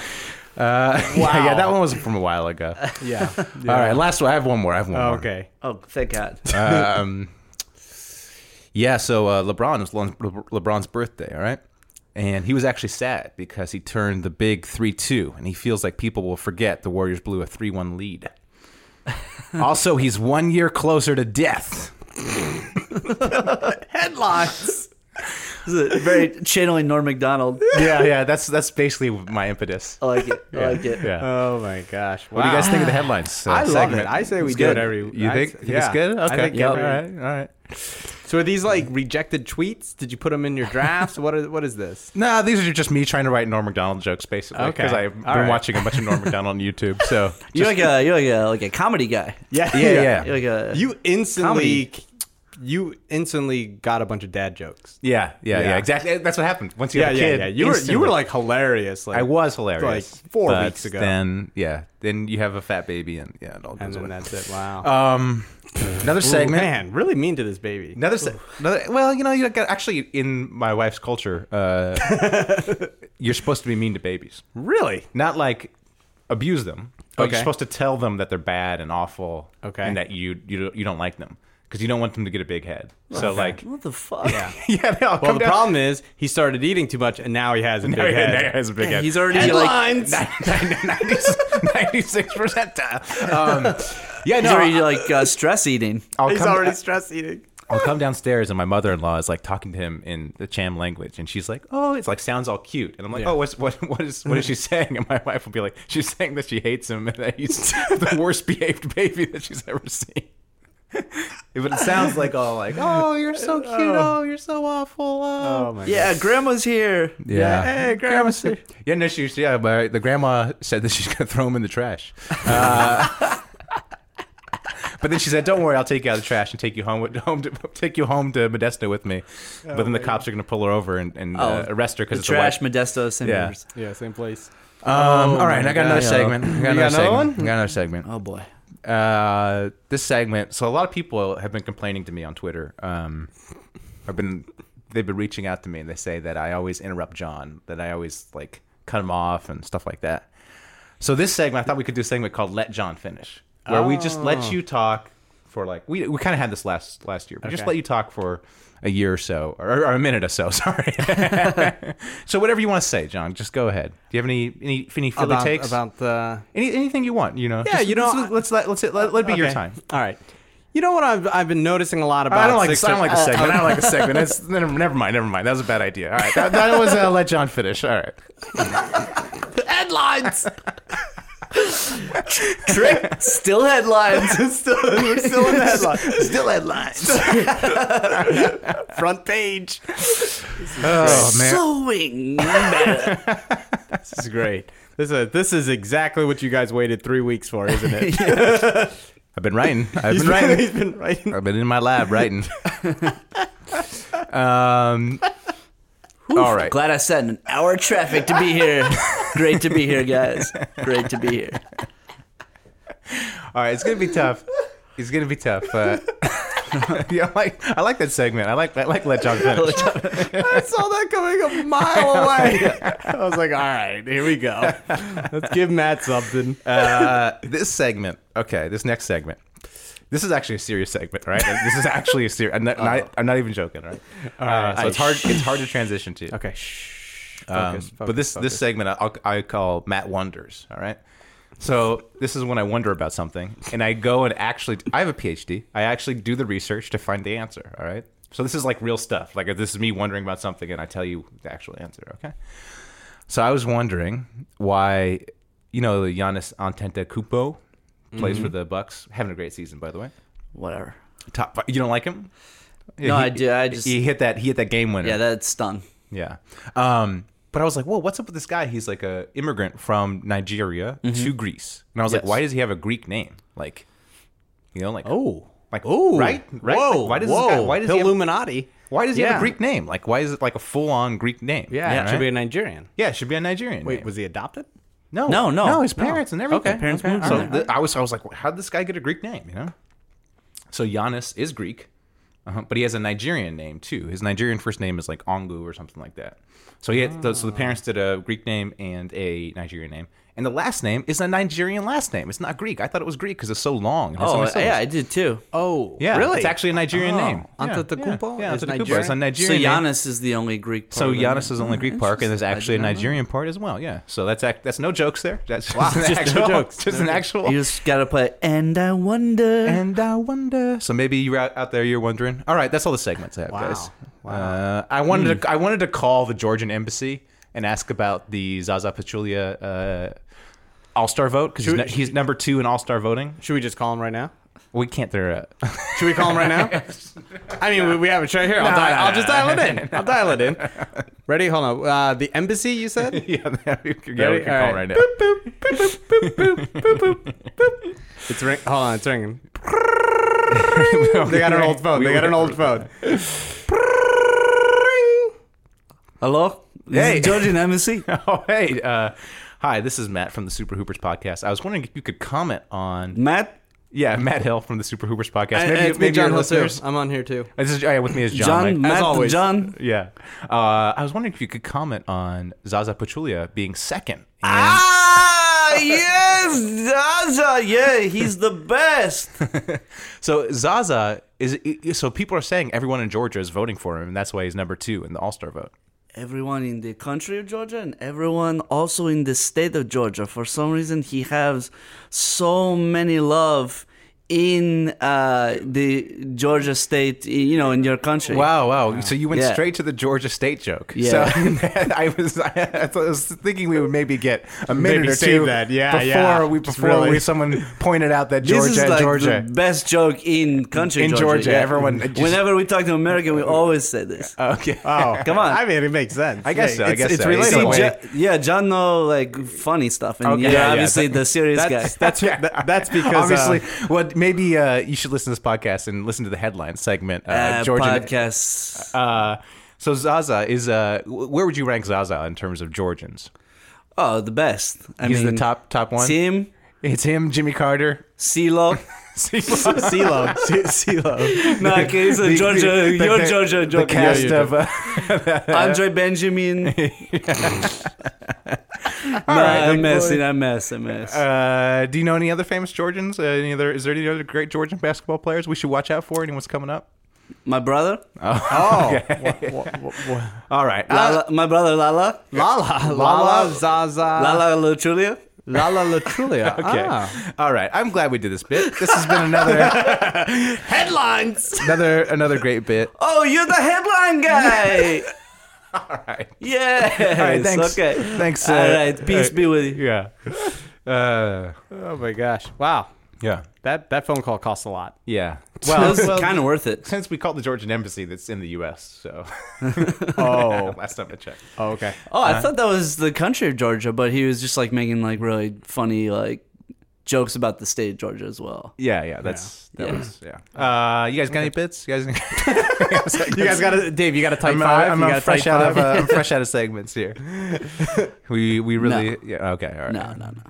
S7: Uh, Yeah, yeah, that one was from a while ago.
S8: yeah.
S7: All right, last one. I have one more. I have one more.
S8: Okay.
S9: Oh, thank God.
S7: um, yeah, so uh, LeBron it was Le- Le- LeBron's birthday, all right, and he was actually sad because he turned the big three-two, and he feels like people will forget the Warriors blew a three-one lead. also, he's one year closer to death.
S9: Headlines. This is very channeling Norm Macdonald.
S7: Yeah, yeah, that's that's basically my impetus.
S9: I like it. I like it.
S7: Yeah.
S8: Oh my gosh.
S7: what do you guys think of the headlines? uh,
S8: I love
S7: segment?
S8: it. I say we
S9: It's
S8: do
S9: good.
S8: it every.
S7: you
S8: I-
S7: think, think it's
S8: yeah.
S7: good?
S8: I
S7: Okay.
S8: think
S7: all
S8: every-
S7: right. All right.
S8: So are these like rejected tweets? Did you put them in your drafts? what are, what is this?
S7: No, these are just me trying to write Norm Macdonald jokes, basically,
S8: Okay.
S7: because I've been
S8: All right.
S7: watching a bunch of Norm Macdonald on YouTube. So
S9: You're like a you're like a like a comedy guy.
S7: Yeah, yeah.
S9: You're like a
S8: You instantly
S9: Comedy.
S8: you instantly got a bunch of dad jokes.
S7: Yeah, yeah, yeah,
S8: Yeah.
S7: exactly. Eh, That's what happened. Once you
S8: Yeah,
S7: have a
S8: yeah,
S7: kid,
S8: yeah. You were you
S7: instantly-
S8: were like hilarious. Like
S7: I was hilarious
S8: like four
S7: but
S8: weeks ago.
S7: Then yeah, then you have a fat baby, and yeah, it all
S8: and
S7: goes
S8: then
S7: away.
S8: that's it. Wow.
S7: Um, another
S8: Ooh,
S7: segment.
S8: man, really mean to this baby.
S7: Another, se- another. Well, you know, you got actually in my wife's culture, uh, you're supposed to be mean to babies,
S8: Really?
S7: not like abuse them, but
S8: Okay.
S7: you're supposed to tell them that they're bad and awful,
S8: Okay.
S7: and that you you don't- you don't like them because you don't want them to get a big head. So like,
S9: what the fuck? Yeah.
S7: yeah, they all
S8: Well,
S7: come
S8: the
S7: down.
S8: problem is he started eating too much, and now he has a big
S7: Yeah,
S8: head.
S7: yeah, has a big head.
S9: He's already like
S7: Nin- nin- 96 percentile. Um, yeah,
S9: he's
S7: no,
S9: already
S7: I-
S9: like uh, stress eating.
S7: I'll,
S8: He's
S7: come,
S8: already stress eating.
S7: I'll come downstairs and my mother-in-law is like talking to him in the Cham language, and she's like, "Oh, it's like sounds all cute," and I'm like, "Oh, what's, what what is what is she saying?" And my wife will be like, "She's saying that she hates him and that he's the worst behaved baby that she's ever seen." but it sounds like all like, "Oh, you're so
S8: Uh,
S7: cute. Oh, you're so awful." Oh,
S8: my
S9: Yeah, grandma's here.
S7: Yeah.
S8: Hey, grandma's here.
S7: Yeah, no, she was, yeah, but the grandma said that she's going to throw him in the trash. Uh, but then she said, "Don't worry, I'll take you out of the trash and take you home, with, home to take you home to Modesto with me." but then the cops are going to pull her over and, and uh,
S9: Oh,
S7: arrest her
S9: The
S7: because it's
S9: trash
S7: a white.
S9: Modesto St.
S7: Yeah.
S9: Peter's.
S8: Yeah, same place.
S7: Um, all right, I got another
S9: God.
S7: segment. I got another,
S8: another
S7: segment.
S8: one?
S7: I got another segment.
S9: Oh boy.
S7: Uh, this segment. So a lot of people have been complaining to me on Twitter um, I've been they've been reaching out to me and they say that I always interrupt John, that I always like cut him off and stuff like that. So this segment, I thought we could do a segment called "Let John Finish," where we just
S8: Oh.
S7: let you talk for like we we kind of had this last last year. We just
S8: Okay.
S7: let you talk for a year or so, or, or a minute or so. Sorry. so whatever you want to say, John, just go ahead. Do you have any any any filler
S8: about,
S7: takes?
S8: about the
S7: any, anything you want, you know.
S8: Yeah,
S7: Just-
S8: you know,
S7: Let's let's let let's let, let, it be your
S8: Okay.
S7: time.
S8: All right. You know what I've I've been noticing a lot about.
S7: I don't like.
S8: Six
S7: I don't like the
S8: uh,
S7: segment. I don't like the segment. That's never, never mind. Never mind. That was a bad idea. All right. That, that was uh, let John finish. All right.
S9: Headlines. Trick still headlines. still, we're still in the headlines. Still headlines.
S8: front page.
S7: Oh
S9: Sewing. matter.
S8: This is great. This is this is exactly what you guys waited three weeks for, isn't it?
S7: I've been writing. I've
S8: He's
S7: been
S8: been-
S7: writing.
S8: he's been writing.
S7: I've been in my lab writing. um. All right.
S9: Glad I sat in an hour of traffic to be here. Great to be here, guys. Great to be here.
S7: All right. It's gonna be tough. It's gonna be tough. Uh, yeah, I like I like that segment. I like I like let John finish.
S8: I saw that coming a mile away. I was like, all right, here we go. Let's give Matt something.
S7: Uh, this segment, okay, this next segment. This is actually a serious segment, right? This is actually a serious. I'm not, not- I'm not even joking, Uh-huh. all right? Uh, so it's hard. It's hard to transition to.
S8: okay, shh.
S7: Um,
S8: Focus, focus,
S7: but this this
S8: focus.
S7: segment I, I'll- I call Matt wonders. All right. So this is when I wonder about something, and I go and actually I have a PhD. I actually do the research to find the answer. All right. So this is like real stuff. Like this is me wondering about something, and I tell you the actual answer. Okay. So I was wondering why, you know, Giannis Antetokounmpo plays
S9: Mm-hmm.
S7: for the Bucks, having a great season, by the way.
S9: Whatever.
S7: Top five. You don't like him?
S9: No, I do- I just-
S7: he hit that he hit that game winner.
S9: Yeah, that's stung.
S7: Yeah. Um, but I was like, whoa, what's up with this guy? He's like a immigrant from Nigeria
S8: Mm-hmm.
S7: to Greece. And I was like,
S9: Yes.
S7: why does he have a Greek name? Like, you know, like,
S8: Oh.
S7: like,
S8: Ooh,
S7: right? Right?
S8: Whoa,
S7: Like, why does
S8: whoa,
S7: this guy, why does he have,
S8: Illuminati?
S7: why does he have
S8: Yeah.
S7: a Greek name? Like, why is it like a full on Greek name?
S8: Yeah, it
S7: right?
S8: should be a Nigerian.
S7: yeah, it should be a Nigerian.
S8: Wait,
S7: name.
S8: was he adopted?
S7: no,
S9: No, no,
S7: no, his
S9: no.
S7: parents and everything.
S9: Okay, parents moved
S7: So
S9: there.
S7: th- I was, I was like, how would this guy get a Greek name? You know. So Giannis is Greek, uh but he has a Nigerian name too. His Nigerian first name is like Ongu or something like that. So he had, so the parents did a Greek name and a Nigerian name, and the last name is a Nigerian last name. It's not Greek. I thought it was Greek because it's so long. It has so
S9: Oh,
S7: many
S9: yeah,
S7: syllables.
S9: I did too.
S8: Oh,
S7: yeah,
S8: really?
S7: It's actually a Nigerian
S8: Oh,
S7: name. Yeah,
S8: Antetokounmpo
S7: Yeah, yeah Antetokounmpo. It's
S8: is
S7: a
S8: Nigerian?
S9: So
S7: Nigerian. name.
S9: Giannis is the only Greek.
S7: So
S9: part of
S7: Giannis
S9: it.
S7: is only Greek park, and there's actually a Nigerian part as well. Yeah, so that's ac- that's no jokes there. That's just an
S8: Just no
S7: actual,
S8: jokes.
S7: just an actual.
S9: You just gotta play. And I wonder.
S7: And I wonder. So maybe you're out, out there, you're wondering. All right, that's all the segments I have,
S8: Wow. Hmm.
S7: guys. Uh, I wanted to I wanted to call the Georgian embassy and ask about the Zaza Pachulia uh, All Star vote because he's,
S8: Should-
S7: nu- he's number two in All Star voting.
S8: Should we just call him right now?
S7: We can't. There. Uh,
S8: Should we call him right now? I mean, we, we have a show here. I'll,
S7: No,
S8: dial,
S7: no,
S8: I'll
S7: no,
S8: just
S7: no,
S8: dial it
S7: no,
S8: in. I'll dial it in. Ready? Hold on. Uh, the embassy, you said?
S7: yeah, yeah, we can,
S8: Ready?
S7: we can call
S8: All
S7: right
S8: right.
S7: now.
S8: It's ring. Hold on, it's ringing. They got an old phone. They got an old phone.
S9: Hello.
S7: Hey.
S9: This is Georgian embassy.
S7: Oh hey, uh, hi. This is Matt from the Super Hoopers podcast. I was wondering if you could comment on
S9: Matt.
S7: yeah Matt Hill from the Super Hoopers podcast.
S8: And-
S7: Maybe,
S8: and it's me,
S7: maybe
S8: John
S7: your
S8: Hill, too.
S7: listeners.
S8: I'm on here too.
S7: This is, oh, yeah, with me is John.
S9: John.
S7: Mike.
S9: Matt.
S8: always.
S9: John.
S7: Yeah. Uh, I was wondering if you could comment on Zaza Pachulia being second. in-
S9: Ah, yes, Zaza. Yeah, he's the best.
S7: So Zaza is so people are saying everyone in Georgia is voting for him, and that's why he's number two in the All Star vote.
S9: everyone in the country of Georgia and everyone also in the state of Georgia. For some reason, he has so many love in uh, the Georgia state, you know, in your country.
S7: Wow, wow! So you went
S9: Yeah.
S7: straight to the Georgia State joke.
S9: Yeah.
S7: So I was, I was thinking we would maybe get a minute
S8: Maybe
S7: or
S8: save
S7: two
S8: that. Yeah,
S7: before
S8: yeah.
S7: we
S8: Just
S7: before
S8: really-
S7: we, someone pointed out that Georgia,
S9: this is like
S7: Georgia.
S9: the best joke in country
S7: In Georgia, everyone just-
S9: Whenever we talk to American, we always say this.
S7: okay.
S8: Oh,
S9: Come on.
S8: I mean, it makes sense.
S7: I guess so, I
S8: it's,
S7: guess
S8: it's
S7: so.
S8: related.
S7: See,
S8: to
S7: Ju-
S8: it.
S9: Ja- yeah, John know like funny stuff, and
S7: Okay.
S9: you're
S7: Yeah, yeah,
S9: obviously
S7: that-
S9: the serious
S8: That's
S9: guy.
S8: that's that, that's because uh,
S7: Obviously, well, maybe uh, you should listen to this podcast and listen to the headline segment. Uh,
S9: Uh,
S7: Georgia
S9: podcasts.
S7: Uh, so Zaza is uh, w- where would you rank Zaza in terms of Georgians?
S9: oh, the best. I
S7: He's
S9: mean,
S7: the top top one.
S9: Tim,
S7: It's him, Jimmy Carter.
S9: CeeLo,
S7: CeeLo. CeeLo.
S9: No, okay, so Georgia, you're Georgia,
S7: The
S9: Georgia.
S7: cast
S9: Yeah, you're
S7: of. Uh,
S9: Andre Benjamin. no, I'm messing. I'm messing. I'm messing.
S7: uh, do you know any other famous Georgians? Uh, any other? Is there any other great Georgian basketball players we should watch out for? Anyone's coming up?
S9: my brother,
S7: uh,
S8: Oh,
S7: All right. Uh,
S9: Lala, my brother Lala,
S8: Lala, Lala, Zaza,
S9: Lala Luchulia.
S8: Lala Latrulia.
S7: okay.
S8: Ah.
S7: All right. I'm glad we did this bit. This has been another
S9: Headlines.
S7: another another great bit.
S9: Oh, you're the headline guy.
S7: All right.
S9: yes.
S7: thanks.
S9: Okay.
S7: Thanks,
S9: All
S7: uh,
S9: right. Peace be with you.
S7: Yeah. Uh,
S8: Oh my gosh! Wow,
S7: yeah.
S8: that that phone call costs a lot.
S7: Yeah.
S9: Well,
S7: Well, well
S9: kind of worth it.
S7: since we called the Georgian embassy that's in the U.S., so
S8: Oh,
S7: last time I checked.
S8: oh okay.
S9: Oh, I thought that was the country of Georgia, but he was just like making like really funny like jokes about the state of Georgia as well.
S7: Yeah, yeah, that's that
S9: Yeah.
S7: was yeah. Uh, you guys got any bits? You guys,
S8: You guys got to Dave. You got to type
S7: I'm, uh,
S8: five.
S7: I'm,
S8: you
S7: uh,
S8: got to
S7: fresh
S8: type
S7: out
S8: five.
S7: of uh, I'm fresh out of segments here. we we really
S9: No.
S7: yeah okay all right.
S9: No, no, no.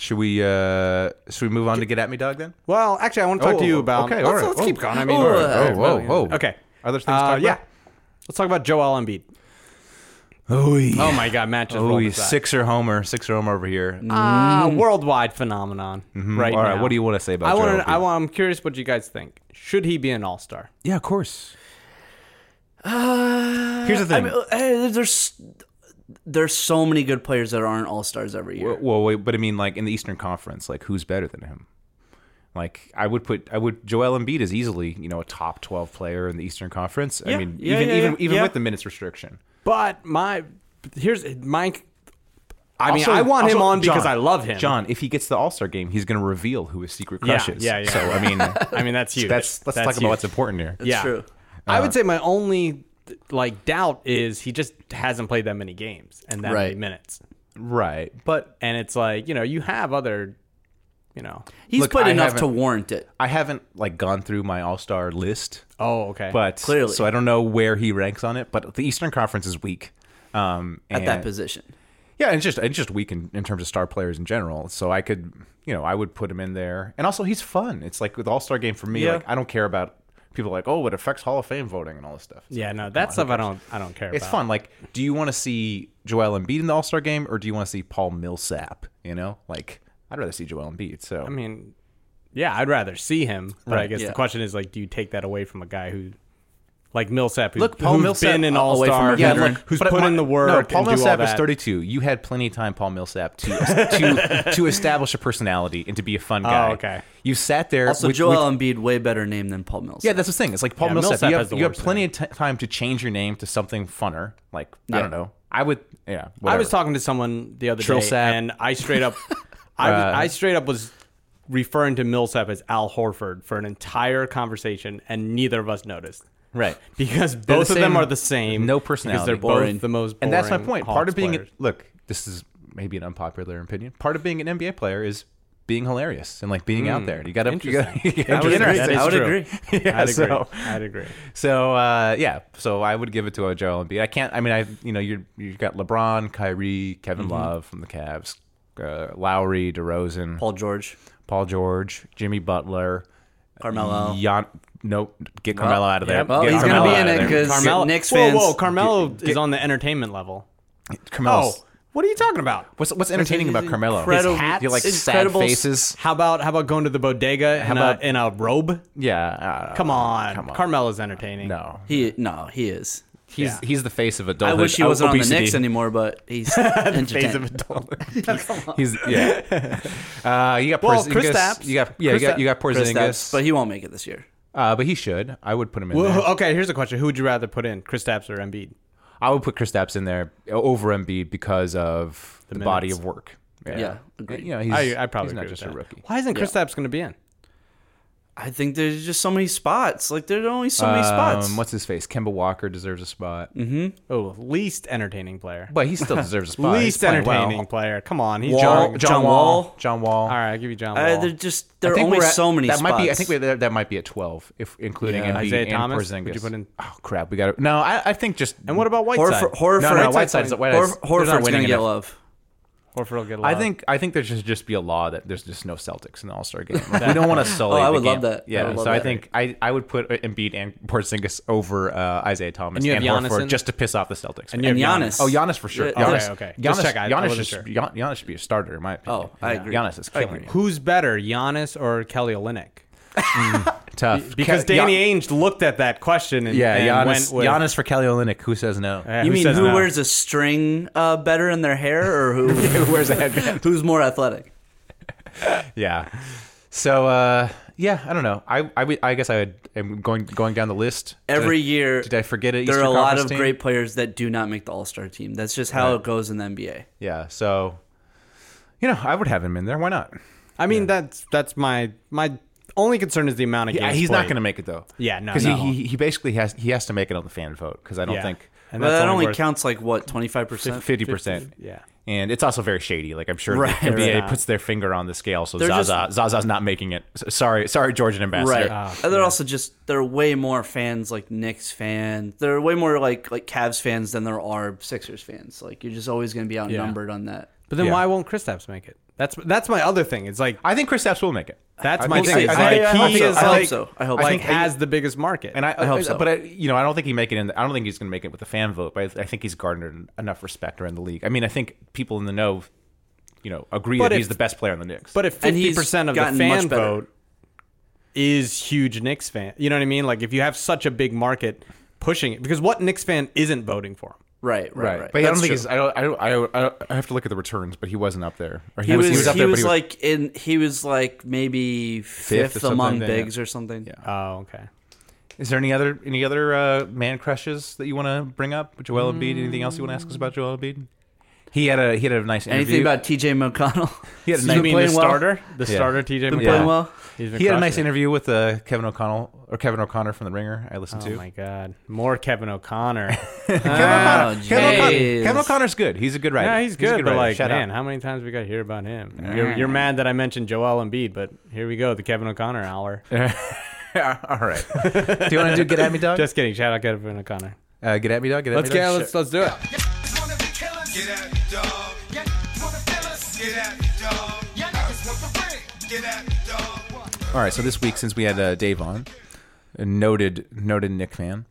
S7: Should we uh should we move on to get at me dog then?
S8: well, actually, I want to talk
S7: Oh,
S8: to you about.
S7: okay,
S8: let's
S7: all right.
S8: let's
S7: Oh.
S8: keep going. I mean,
S9: Oh,
S8: we're-
S9: uh,
S8: we're-
S7: whoa, whoa, whoa.
S8: Okay.
S7: Other things to
S8: Uh,
S7: talk about?
S8: yeah. Let's talk about Joel Embiid.
S7: Oh
S8: Oh my God, Matt just
S7: Oh,
S8: rolled
S7: he's
S8: his eye.
S7: sixer homer, sixer homer over here.
S8: Ah, worldwide phenomenon. Right.
S7: Mm-hmm. All right,
S8: now.
S7: what do you want to say about
S8: I
S7: Joel
S8: want.
S7: Embiid?
S8: I want. I'm curious what you guys think. Should he be an All Star?
S7: Yeah, of course. Here's the
S9: I
S7: thing.
S9: mean, uh, hey, there's there's so many good players that aren't all stars every year.
S7: Well, well, wait, but I mean, like in the Eastern Conference, like who's better than him? Like I would put, I would Joel Embiid is easily you know a top twelve player in the Eastern Conference. I
S8: Yeah,
S7: mean,
S8: yeah,
S7: even
S8: yeah,
S7: even
S8: yeah,
S7: even
S8: yeah.
S7: with the minutes restriction.
S8: But my here's my. I mean,
S7: Also-
S8: I want him
S7: also,
S8: on because
S7: John-
S8: I love him.
S7: John, if he gets the All Star game, he's going to reveal who his secret
S8: Yeah,
S7: crush is.
S8: yeah, yeah.
S7: So I mean,
S8: I mean, that's huge.
S7: that's let's talk about
S8: huge.
S7: what's important here.
S9: It's true.
S8: I
S7: Uh,
S8: would say my only like doubt is he just hasn't played that many games and that many
S9: Right.
S8: minutes.
S7: Right, but
S8: And it's like, you know, you have other you know.
S9: He's
S7: Look,
S9: put
S7: I
S9: enough to
S7: haven't-
S9: warrant it.
S7: I haven't like gone through my All Star list.
S8: Oh, okay.
S7: but
S9: Clearly.
S7: so I don't know where he ranks on it. But the Eastern Conference is weak um,
S9: at that
S7: and-
S9: position.
S7: Yeah, it's just it's just weak in, in terms of star players in general. So I could, you know, I would put him in there. And also, he's fun. It's like with All Star Game for me.
S9: Yeah.
S7: Like I don't care about people like oh, it affects Hall of Fame voting and all this stuff. It's
S8: yeah,
S7: like,
S8: no,
S7: come
S8: that
S7: on,
S8: stuff
S7: who
S8: I
S7: cares?
S8: don't I don't care
S7: It's
S8: about.
S7: fun. Like, do you want to see Joel Embiid in the All Star Game or do you want to see Paul Millsap? You know, like I'd rather see Joel Embiid. So
S8: I mean, yeah, I'd rather see him, but I
S7: Right,
S8: guess
S9: yeah.
S8: the question is like do you take that away from a guy who like Millsap, who,
S7: Look, Paul
S8: who's
S7: Millsap-
S8: been an
S7: uh,
S8: all
S9: away from
S8: star,
S9: our veteran.
S8: who's
S7: But
S8: put
S7: my-
S8: in the work.
S7: No, Paul
S8: and do all
S7: Millsap is
S8: that.
S7: 32. You had plenty of time, Paul Millsap, to to, to establish a personality and to be a fun guy.
S8: Oh, okay.
S7: You sat there.
S9: Also,
S7: with,
S9: Joel
S7: with-
S9: Embiid way better name than Paul Millsap.
S7: Yeah, that's the thing. It's like Paul
S8: Yeah,
S7: Millsap.
S8: Millsap
S7: you
S8: has
S7: have,
S8: the
S7: you have
S8: worst
S7: plenty of t- time to change your name to something funner. Like I
S9: Yeah.
S7: don't know. I would. Yeah.
S8: I was talking to someone the other day,
S7: Trillsap.
S8: and I straight up,
S7: Uh,
S8: I, was, I straight up was referring to Millsap as Al Horford for an entire conversation, and neither of us noticed
S7: Right.
S8: because
S7: They're the
S8: both of them
S7: same-
S8: are the same.
S7: no
S8: because they're
S7: personality.
S8: both
S9: Boring.
S8: the most.
S7: And that's my
S8: boring
S7: point.
S8: Hawks
S7: Part of being
S8: players.
S7: look, this is maybe an unpopular opinion. Part of being an NBA player is being hilarious and like being out there. You got to. You gotta, you gotta
S8: I
S7: be
S8: would agree.
S7: interesting.
S8: Hmm. That is
S9: I would
S8: true.
S9: agree.
S7: Yeah,
S8: I'd agree.
S7: so-
S8: I'd agree.
S7: So uh, yeah, so I would give it to a Joel Embiid. I can't. I mean, I you know you you got LeBron, Kyrie, Kevin
S8: Mm-hmm.
S7: Love from the Cavs, uh, Lowry, DeRozan, Paul,
S9: Paul George,
S7: George, Jimmy Butler,
S9: Carmelo.
S7: Jan. Nope, get Carmelo out of there.
S8: yeah, Oh. well,
S7: Get
S9: he's gonna
S7: Carmelo
S9: be in
S7: out
S9: it
S7: of there.
S9: 'cause-
S8: Carmelo,
S9: Knicks
S8: whoa, whoa,
S9: fans-
S8: Carmelo is on the entertainment level.
S7: Carmelo's.
S8: Oh, what are you talking about?
S7: What's what's entertaining about Carmelo?
S9: incredible-
S7: His hats, you like sad
S9: incredible-
S7: faces.
S8: How about how about going to the bodega in,
S7: about-
S8: a, in a robe?
S7: Yeah, uh,
S8: Come on,
S7: come on.
S8: Carmelo's entertaining.
S7: no,
S9: He no, he is.
S7: he's
S8: Yeah.
S7: he's the face of
S9: I
S7: adulthood.
S9: wish he wasn't
S7: obesity.
S9: on the Knicks anymore, but he's entertaining.
S7: adulthood. he's yeah. Uh, you got
S8: Well,
S7: Porz- you, got,
S8: Kristaps.
S7: you got yeah, you got you got
S9: Chris
S7: Porzingis,
S9: Stapps, but he won't make it this year.
S7: Uh, but he should. I would put him in
S8: Well,
S7: there.
S8: who- okay, here's a question: Who would you rather put in, Kristaps or Embiid?
S7: I would put Kristaps in there over Embiid because of the, body of work.
S9: Yeah, agreed.
S7: You know, he's,
S8: I, I probably
S7: he's not
S8: agree with
S7: just
S8: that.
S7: a rookie.
S8: Why isn't Kristaps going to be in?
S9: I think there's just so many spots. Like there's only so many spots. Mm-hmm.
S7: Um, what's his face? Kemba Walker deserves a spot,
S8: Oh, least entertaining player.
S7: but he still deserves a spot. He's
S8: least
S7: playing well.
S8: entertaining player. Come on, he's
S7: John,
S8: John,
S7: John
S9: John
S7: Wall.
S9: Wall.
S7: John Wall.
S8: All right, I'll give you John
S9: Uh,
S8: Wall.
S9: there just there
S7: I
S9: are
S7: think
S9: only
S7: we're at-
S9: so many
S7: That
S9: spots.
S7: might be. I think we're, that might be at twelve, if including
S8: Yeah.
S7: Embiid
S8: Isaiah
S7: and
S8: Thomas?
S7: Porzingis.
S8: Would you put in-
S7: Oh crap, we got it. No, I, I think just.
S8: and what about Whiteside?
S9: Horford. Horford
S7: no, no, Whiteside's- Whiteside's-
S9: Horf-
S7: they're not
S9: Horford's
S7: winning
S9: gonna get
S7: enough.
S9: love.
S8: or if it'll get
S7: I
S8: loud.
S7: think I think there should just be a law that there's just no Celtics in the All Star game. Like, we don't want to sully.
S9: Oh, I
S7: the
S9: would love
S7: game.
S9: that. I
S7: Yeah,
S9: would
S7: so
S9: love
S7: I
S9: that.
S7: think I, I would put Embiid and Porzingis over uh, Isaiah Thomas
S8: And you have Giannis
S7: Horford
S8: in?
S7: just to piss off the Celtics.
S8: you have
S9: And Giannis.
S7: Oh, Giannis for sure.
S9: Yeah,
S7: Giannis,
S8: okay, okay.
S7: Giannis,
S8: Just check. I- I
S7: Giannis,
S8: wasn't
S7: should,
S8: sure.
S7: Gian- Giannis should be a starter, in my opinion.
S9: Oh, I agree.
S7: Giannis is killing it.
S8: Who's better, Giannis or Kelly Olynyk?
S7: Tough.
S8: Because
S7: Ke-
S8: Danny
S7: Gian-
S8: Ainge looked at that question and,
S7: Yeah,
S8: and
S7: Giannis,
S8: went with
S7: Giannis for Kelly Olynyk. Who says no?
S8: Yeah,
S9: You mean
S8: says
S9: who
S8: no?
S9: wears a string uh, better in their hair, or who, who wears a headband? Who's more athletic?
S7: Yeah. So uh, yeah, I don't know. I I, would- I guess I would, am going going down the list.
S9: Every
S7: Did I-
S9: year,
S7: Did I forget it?
S9: there are a lot of great players that do not make the All Star team. That's just how it goes in the NBA.
S7: Yeah. So you know, I would have him in there. Why not?
S8: I mean that's that's my my only concern is the amount of
S7: Yeah,
S8: games.
S7: he's not
S8: played.
S7: going to make it though.
S8: Yeah, no,
S7: Because
S8: no.
S7: he, he he basically has he has to make it on the fan vote because I don't
S8: Yeah.
S7: think
S8: And
S9: But
S8: that's
S9: that only
S8: worth-
S9: counts like what twenty five percent.
S7: fifty percent.
S8: Yeah.
S7: And it's also very shady. Like I'm sure
S9: Right,
S7: the NBA
S8: right.
S7: puts their finger on the scale, so
S9: They're
S7: Zaza Zaza's not making it. S- Sorry, sorry, Georgian ambassador.
S9: Right.
S8: Ah,
S9: and they're also just there are way more fans like Knicks fans. There are way more like like Cavs fans than there are Sixers fans. Like you're just always going to be outnumbered on that.
S8: But then
S7: Yeah.
S8: why won't Kristaps make it? That's that's my other thing. It's like
S7: I think Chris Stapps will make it.
S8: that's
S7: I
S8: my
S7: think-
S8: thing.
S7: I
S8: It's
S7: think- I
S8: like
S7: hope
S8: he
S7: so.
S8: is
S7: I hope
S8: like
S9: so. I hope so.
S8: like
S9: I think-
S8: has the biggest market.
S7: And I,
S9: I hope so.
S7: But I, you know, I don't think he make it in. The, I don't think he's going to make it with the fan vote. But I, I think he's garnered enough respect around the league. I mean, I think people in the know, you know, agree
S8: But
S7: that
S8: if-
S7: he's the best player on the Knicks.
S8: But if
S9: And
S8: fifty
S9: he's
S8: percent of the
S9: gotten much
S8: fan
S9: better.
S8: vote is huge Knicks fan, you know what I mean? Like if you have such a big market pushing it, because what Knicks fan isn't voting for him?
S9: Right. Right. Right.
S7: But I don't
S9: That's
S7: think
S9: true.
S7: he's. I don't. I don't. I, don't, I, don't, I have to look at the returns, but he wasn't up there. Or
S9: He was, he was,
S7: up there. but he was,
S9: like in he was like maybe fifth,
S7: or something,
S9: among
S7: yeah.
S9: bigs or something. Yeah.
S8: Oh, okay.
S7: Is there any other any other uh, man crushes that you want to bring up? Joel Embiid. Anything else you want to ask us about Joel Embiid? He had a he had a nice interview.
S9: Anything about TJ McConnell?
S7: he had a
S9: He's
S7: nice-
S9: been
S8: You mean the
S9: playing well.
S8: starter, the
S7: Yeah.
S8: starter TJ
S9: Been
S8: McConnell?
S9: playing well.
S8: He's been
S7: He had a nice
S8: crushing it.
S7: interview with uh, Kevin O'Connell or Kevin O'Connor from The Ringer. I listened to.
S8: Oh my God! More Kevin O'Connor.
S9: Oh,
S7: Kevin, O'Connor,
S9: jeez.
S7: Kevin O'Connor's good. He's a good writer.
S8: yeah, he's good, but
S7: writer.
S8: like,
S7: Shout out.
S8: man, how many times we got to hear about him? You're, you're mad that I mentioned Joel Embiid, but here we go, the Kevin O'Connor hour.
S7: All right. do you want to do get at me, dog?
S8: Just kidding. Shout out Kevin O'Connor.
S7: uh, get at me, dog. Get at
S8: Let's
S7: me,
S8: get.
S7: dog.
S8: Let's let's do it.
S7: Sure. All right. So this week, since we had uh, Dave on, a noted noted Nick fan,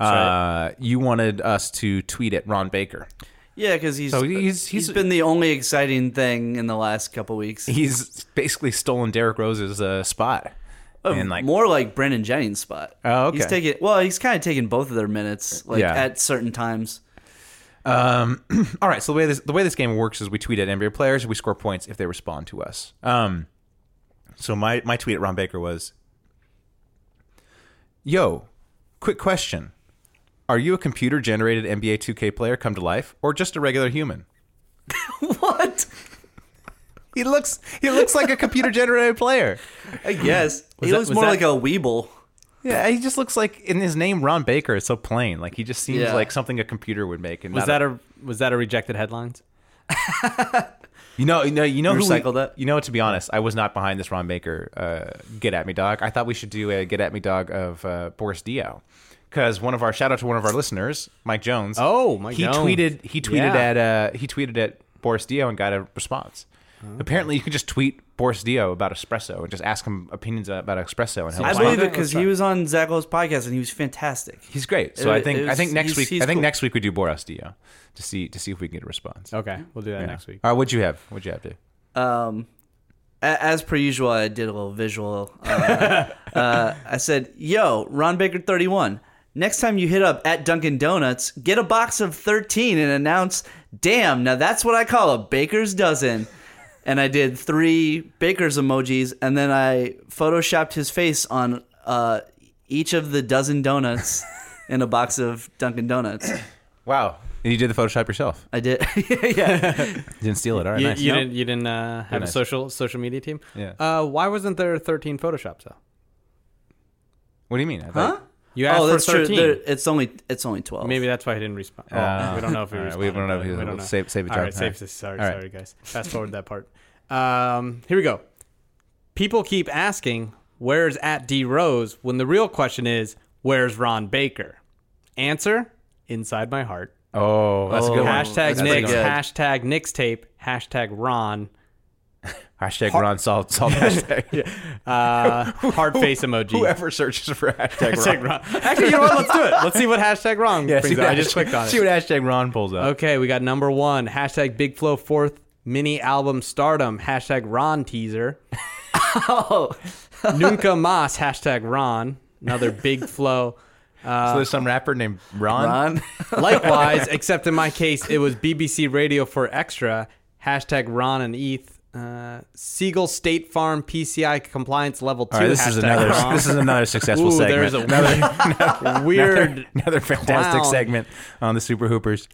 S7: uh, you wanted us to tweet at Ron Baker.
S9: Yeah, because he's,
S7: So he's-
S9: he's,
S7: he's-
S9: he's been the only exciting thing in the last couple weeks.
S7: He's basically stolen Derrick Rose's uh, spot, and like
S9: more like Brendan Jennings' spot.
S7: Oh, okay.
S9: He's taking well, he's kind of taking both of their minutes like
S7: Yeah.
S9: at certain times.
S7: All right. So the way this the way this game works is we tweet at NBA players, we score points if they respond to us. Um, so my my tweet at Ron Baker was, "Yo, quick question: Are you a computer generated NBA 2K player come to life, or just a regular human?"
S9: What?
S7: He looks he looks like a computer generated player.
S9: I guess he
S8: that-
S9: looks
S8: was
S9: more
S8: that-
S9: like a weeble.
S7: Yeah, he just looks like in his name Ron Baker is so plain. Like he just seems
S9: Yeah.
S7: like something a computer would make. And
S8: Was
S7: not
S8: that a was that a rejected headlines?
S7: You know, you know, you know, who we-
S9: Recycle that?
S7: You know, to be honest, I was not behind this Ron Baker uh, "Get at Me Dog." I thought we should do a "Get at Me Dog" of uh, Boris Dio, because one of our shout out to one of our listeners, Mike Jones.
S8: Oh, Mike
S7: he
S8: Jones.
S7: tweeted. He tweeted
S8: Yeah.
S7: at. Uh, he tweeted at Boris Dio and got a response. Apparently, you can just tweet Boris Dio about espresso and just ask him opinions about espresso, and he'll
S9: I
S7: like
S9: believe
S7: it.
S9: it because he was on Zach Lowe's podcast and he was fantastic.
S7: He's great. So
S9: It-
S7: I think.
S9: it
S7: I think
S9: was-
S7: next
S9: he's-
S7: week.
S9: he's
S7: I think
S9: cool.
S7: next week we do Boris Dio to see to see if we can get a response.
S8: Okay, we'll do that
S7: Yeah.
S8: next week.
S7: All right, what'd you have? What'd you have to?
S9: Um, a- as per usual, I did a little visual. Uh, uh, I said, "Yo, Ron Baker, thirty-one. Next time you hit up at Dunkin' Donuts, get a box of thirteen and announce, damn, now that's what I call a baker's dozen.'" And I did three baker's emojis, and then I photoshopped his face on uh, each of the dozen donuts in a box of Dunkin' Donuts.
S7: Wow. And you did the Photoshop yourself.
S9: I did, yeah.
S7: You didn't steal it. All right,
S8: You,
S7: nice.
S8: you didn't you didn't uh, have
S7: nice.
S8: a social social media team?
S7: Yeah.
S8: Uh, why wasn't there 13 photoshops though?
S7: What do you mean? I thought-
S8: You asked
S9: oh, that's
S8: for 13.
S9: true. There- It's only it's only twelve.
S8: Maybe that's why he didn't respond. Oh,
S7: Ah.
S8: we don't know if he
S7: All right,
S8: responded.
S7: we don't know if
S8: but
S7: he-
S8: we don't know.
S7: save- save it,
S8: All
S7: John.
S8: right,
S7: All
S8: save
S7: right.
S8: this. Sorry,
S7: All right.
S8: sorry, guys. Fast forward that part. Um, here we go. People keep asking, "Where's at D Rose?" When the real question is, "Where's Ron Baker?" Answer: Inside my heart.
S7: Oh, that's a good one.
S8: hashtag
S7: That's a pretty
S8: Nick's,
S7: good one.
S8: hashtag Nick's tape, hashtag Ron,
S7: Hashtag Ron Salt Salt hashtag.
S8: uh, hard face emoji.
S7: Whoever searches for hashtag,
S8: Hashtag
S7: Ron.
S8: Ron. Actually, you know what? Let's do it. Let's see what hashtag Ron
S7: Yeah, see
S8: brings
S7: what
S8: up. I just
S7: hashtag-
S8: clicked on it.
S7: See what hashtag Ron pulls up.
S8: Okay, we got number one. Hashtag Big Flow fourth mini album stardom. Hashtag Ron teaser. Nunca Mas. Hashtag Ron. Another Big Flow.
S7: Uh, so there's some rapper named Ron.
S9: Ron?
S8: Likewise, except in my case, it was BBC Radio for Extra. Hashtag Ron and ETH. Uh, Siegel State Farm PCI compliance level two.
S7: All right, this is
S8: hashtag
S7: another
S8: Ron.
S7: this is another successful
S8: Oow,
S7: segment.
S8: there's a
S7: another,
S8: weird
S7: another fantastic
S8: clown.
S7: segment on the Super Hoopers.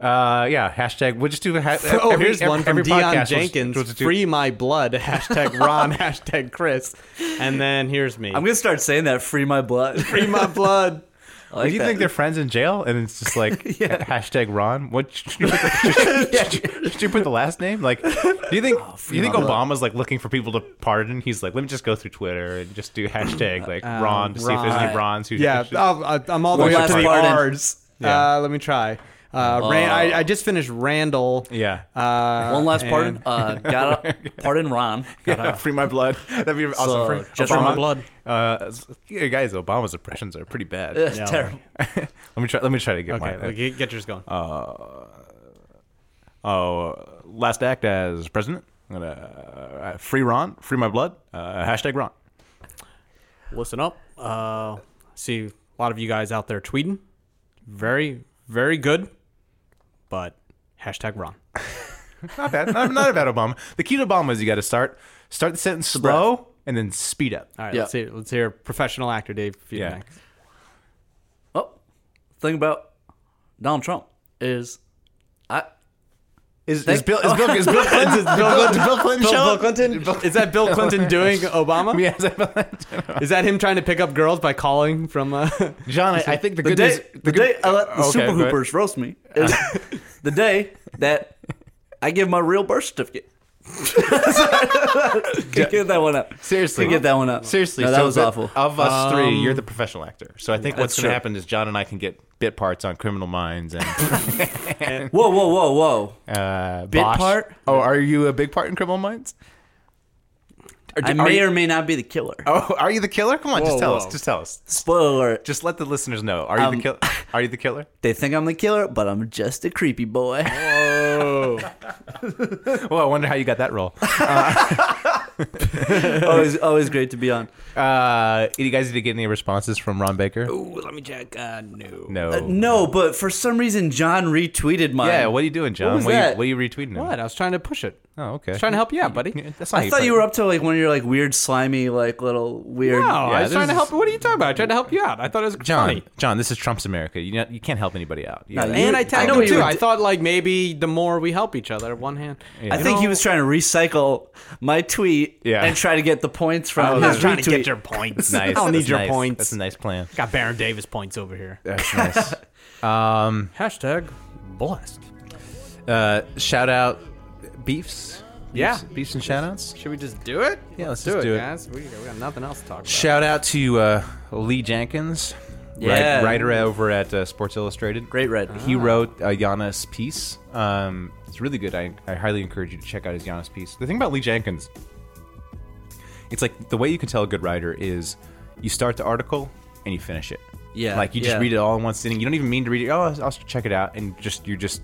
S7: Uh, yeah, hashtag. We'll just do. Ha-
S8: Oh,
S7: every-
S8: here's
S7: every-
S8: one from
S7: every podcast,
S8: Dion
S7: we'll just-
S8: Jenkins.
S7: we'll just do-
S8: Free my blood. Hashtag Ron. hashtag Chris. And then here's me.
S9: I'm gonna start saying that. Free my blood.
S8: free my blood.
S9: I like
S7: do you
S9: that.
S7: think they're friends in jail? And it's just like hashtag Ron. What should you, should you put the last name? Like, do you think do you think
S9: Ron.
S7: Obama's like looking for people to pardon? He's like, let me just go through Twitter and just do hashtag like Uh, um, Ron to see if there's any Rons who.
S8: Yeah,
S7: should-
S8: I'll, I- I'm all the way up to
S9: last
S8: the
S9: pardon.
S8: R's. Uh, let me try. Uh, Ran- I, I just finished Randall.
S7: yeah.
S8: Uh,
S9: One last
S8: and-
S9: pardon. Uh, gotta pardon Ron.
S7: Yeah, free my blood. That'd be
S9: So,
S7: awesome. Free-
S9: just free my
S7: Obama-
S8: blood.
S7: Uh, s- yeah, guys, Obama's oppressions are pretty bad.
S9: That's terrible.
S7: let me try. Let me try to get
S8: Okay,
S7: mine.
S8: well, get, get yours going.
S7: Oh, last act as president. I'm gonna uh, free Ron, free my blood. Uh, hashtag Ron.
S8: Listen up. Uh, see a lot of you guys out there tweeting. Very, very good. But hashtag Ron.
S7: Not bad. not, not a bad Obama. The key to Obama is you got to start start the sentence slow and then speed up.
S8: All right,
S9: Yeah.
S8: let's hear let's hear professional actor Dave.
S7: Yeah.
S8: Feuerman.
S9: Oh, thing about Donald Trump is, I
S7: Is, is Bill is Bill, is Bill Clinton is Bill, Clinton- Bill Clinton show
S8: Bill
S7: up?
S8: Clinton? Is that Bill Clinton doing Obama?
S7: Yeah, is that Bill Clinton?
S8: Is that him trying to pick up girls by calling from? Uh,
S7: John, I, I think the,
S9: the
S7: good
S9: day
S7: news,
S9: the, day I let the
S7: Okay,
S9: Super
S7: go ahead.
S9: Hoopers roast me is the day that I give my real birth certificate. get that one up.
S7: Seriously,
S9: Get that one up.
S7: Seriously,
S9: No, that
S7: so
S9: was
S7: the-
S9: awful. Um,
S7: Of us three, you're the professional actor. So I think what's
S9: That's
S7: going to
S9: true.
S7: happen is John and I can get bit parts on Criminal Minds and
S9: Whoa, whoa, whoa, whoa!
S7: uh,
S9: Bit
S7: Bosch.
S9: part?
S7: Oh, are you a big part in Criminal Minds? Are,
S9: I
S7: are
S9: may
S7: you,
S9: or may not be the killer.
S7: oh, are you the killer? Come on, just
S8: Whoa,
S7: tell
S8: whoa.
S7: us. Just tell us.
S9: Spoiler alert.
S7: Just let the listeners know. Are you the
S9: Um,
S7: killer? Are you the killer?
S9: They think I'm the killer, but I'm just a creepy boy.
S7: Well, I wonder how you got that role.
S9: always, always great to be on.
S7: Uh, you guys need to get any responses from Ron Baker?
S8: Ooh, let me check. Uh, no.
S7: No.
S9: Uh, no, but for some reason John retweeted mine.
S7: Yeah, what are you doing, John?
S9: was
S7: are you-
S9: that?
S7: what are you retweeting? now?
S8: What? I was trying to push it. I
S7: Oh, okay.
S8: was trying to help you out, buddy.
S7: That's not how
S9: I thought
S7: put
S9: you
S7: it.
S9: were up to like one of your like weird slimy like little weird.
S8: No, I
S7: Yeah,
S8: was trying
S7: this
S8: to help.
S7: is-
S8: What are you talking about? I tried to help you out. I thought it was
S7: John,
S8: funny.
S7: John, this is Trump's America. You know, you can't help anybody out. You
S9: No,
S7: gotta-
S9: you-
S8: And I
S9: I
S8: tagged
S9: know
S8: him
S9: what you
S8: too.
S9: were
S8: I
S9: do-
S8: thought like maybe the more we help each other, one hand.
S9: I think he was trying to recycle my tweet
S7: Yeah.
S9: and try to get the points from
S7: Oh,
S9: his
S7: I
S8: I'm
S7: was
S9: retweet.
S8: trying to get your points.
S7: nice.
S8: I don't need
S7: That's
S8: your
S7: nice.
S8: points.
S7: That's a nice plan.
S8: Got Baron Davis points over here.
S7: That's nice.
S8: Hashtag blessed.
S7: uh, shout out beefs.
S8: Yeah.
S7: Beefs, beefs and shout outs.
S8: Should we just do it?
S7: Yeah, let's just do it.
S8: guys. We, we got nothing else to talk about.
S7: Shout out to uh, Lee Jenkins, wri-
S9: Yeah.
S7: writer over at uh, Sports Illustrated.
S9: Great red.
S7: He wrote a Giannis piece. Um, it's really good. I, I highly encourage you to check out his Giannis piece. The thing about Lee Jenkins, it's like the way you can tell a good writer is you start the article and you finish it.
S9: Yeah,
S7: Like you just
S9: yeah.
S7: read it all in one sitting. You don't even mean to read it. Oh, I'll, I'll check it out. And just, you're just,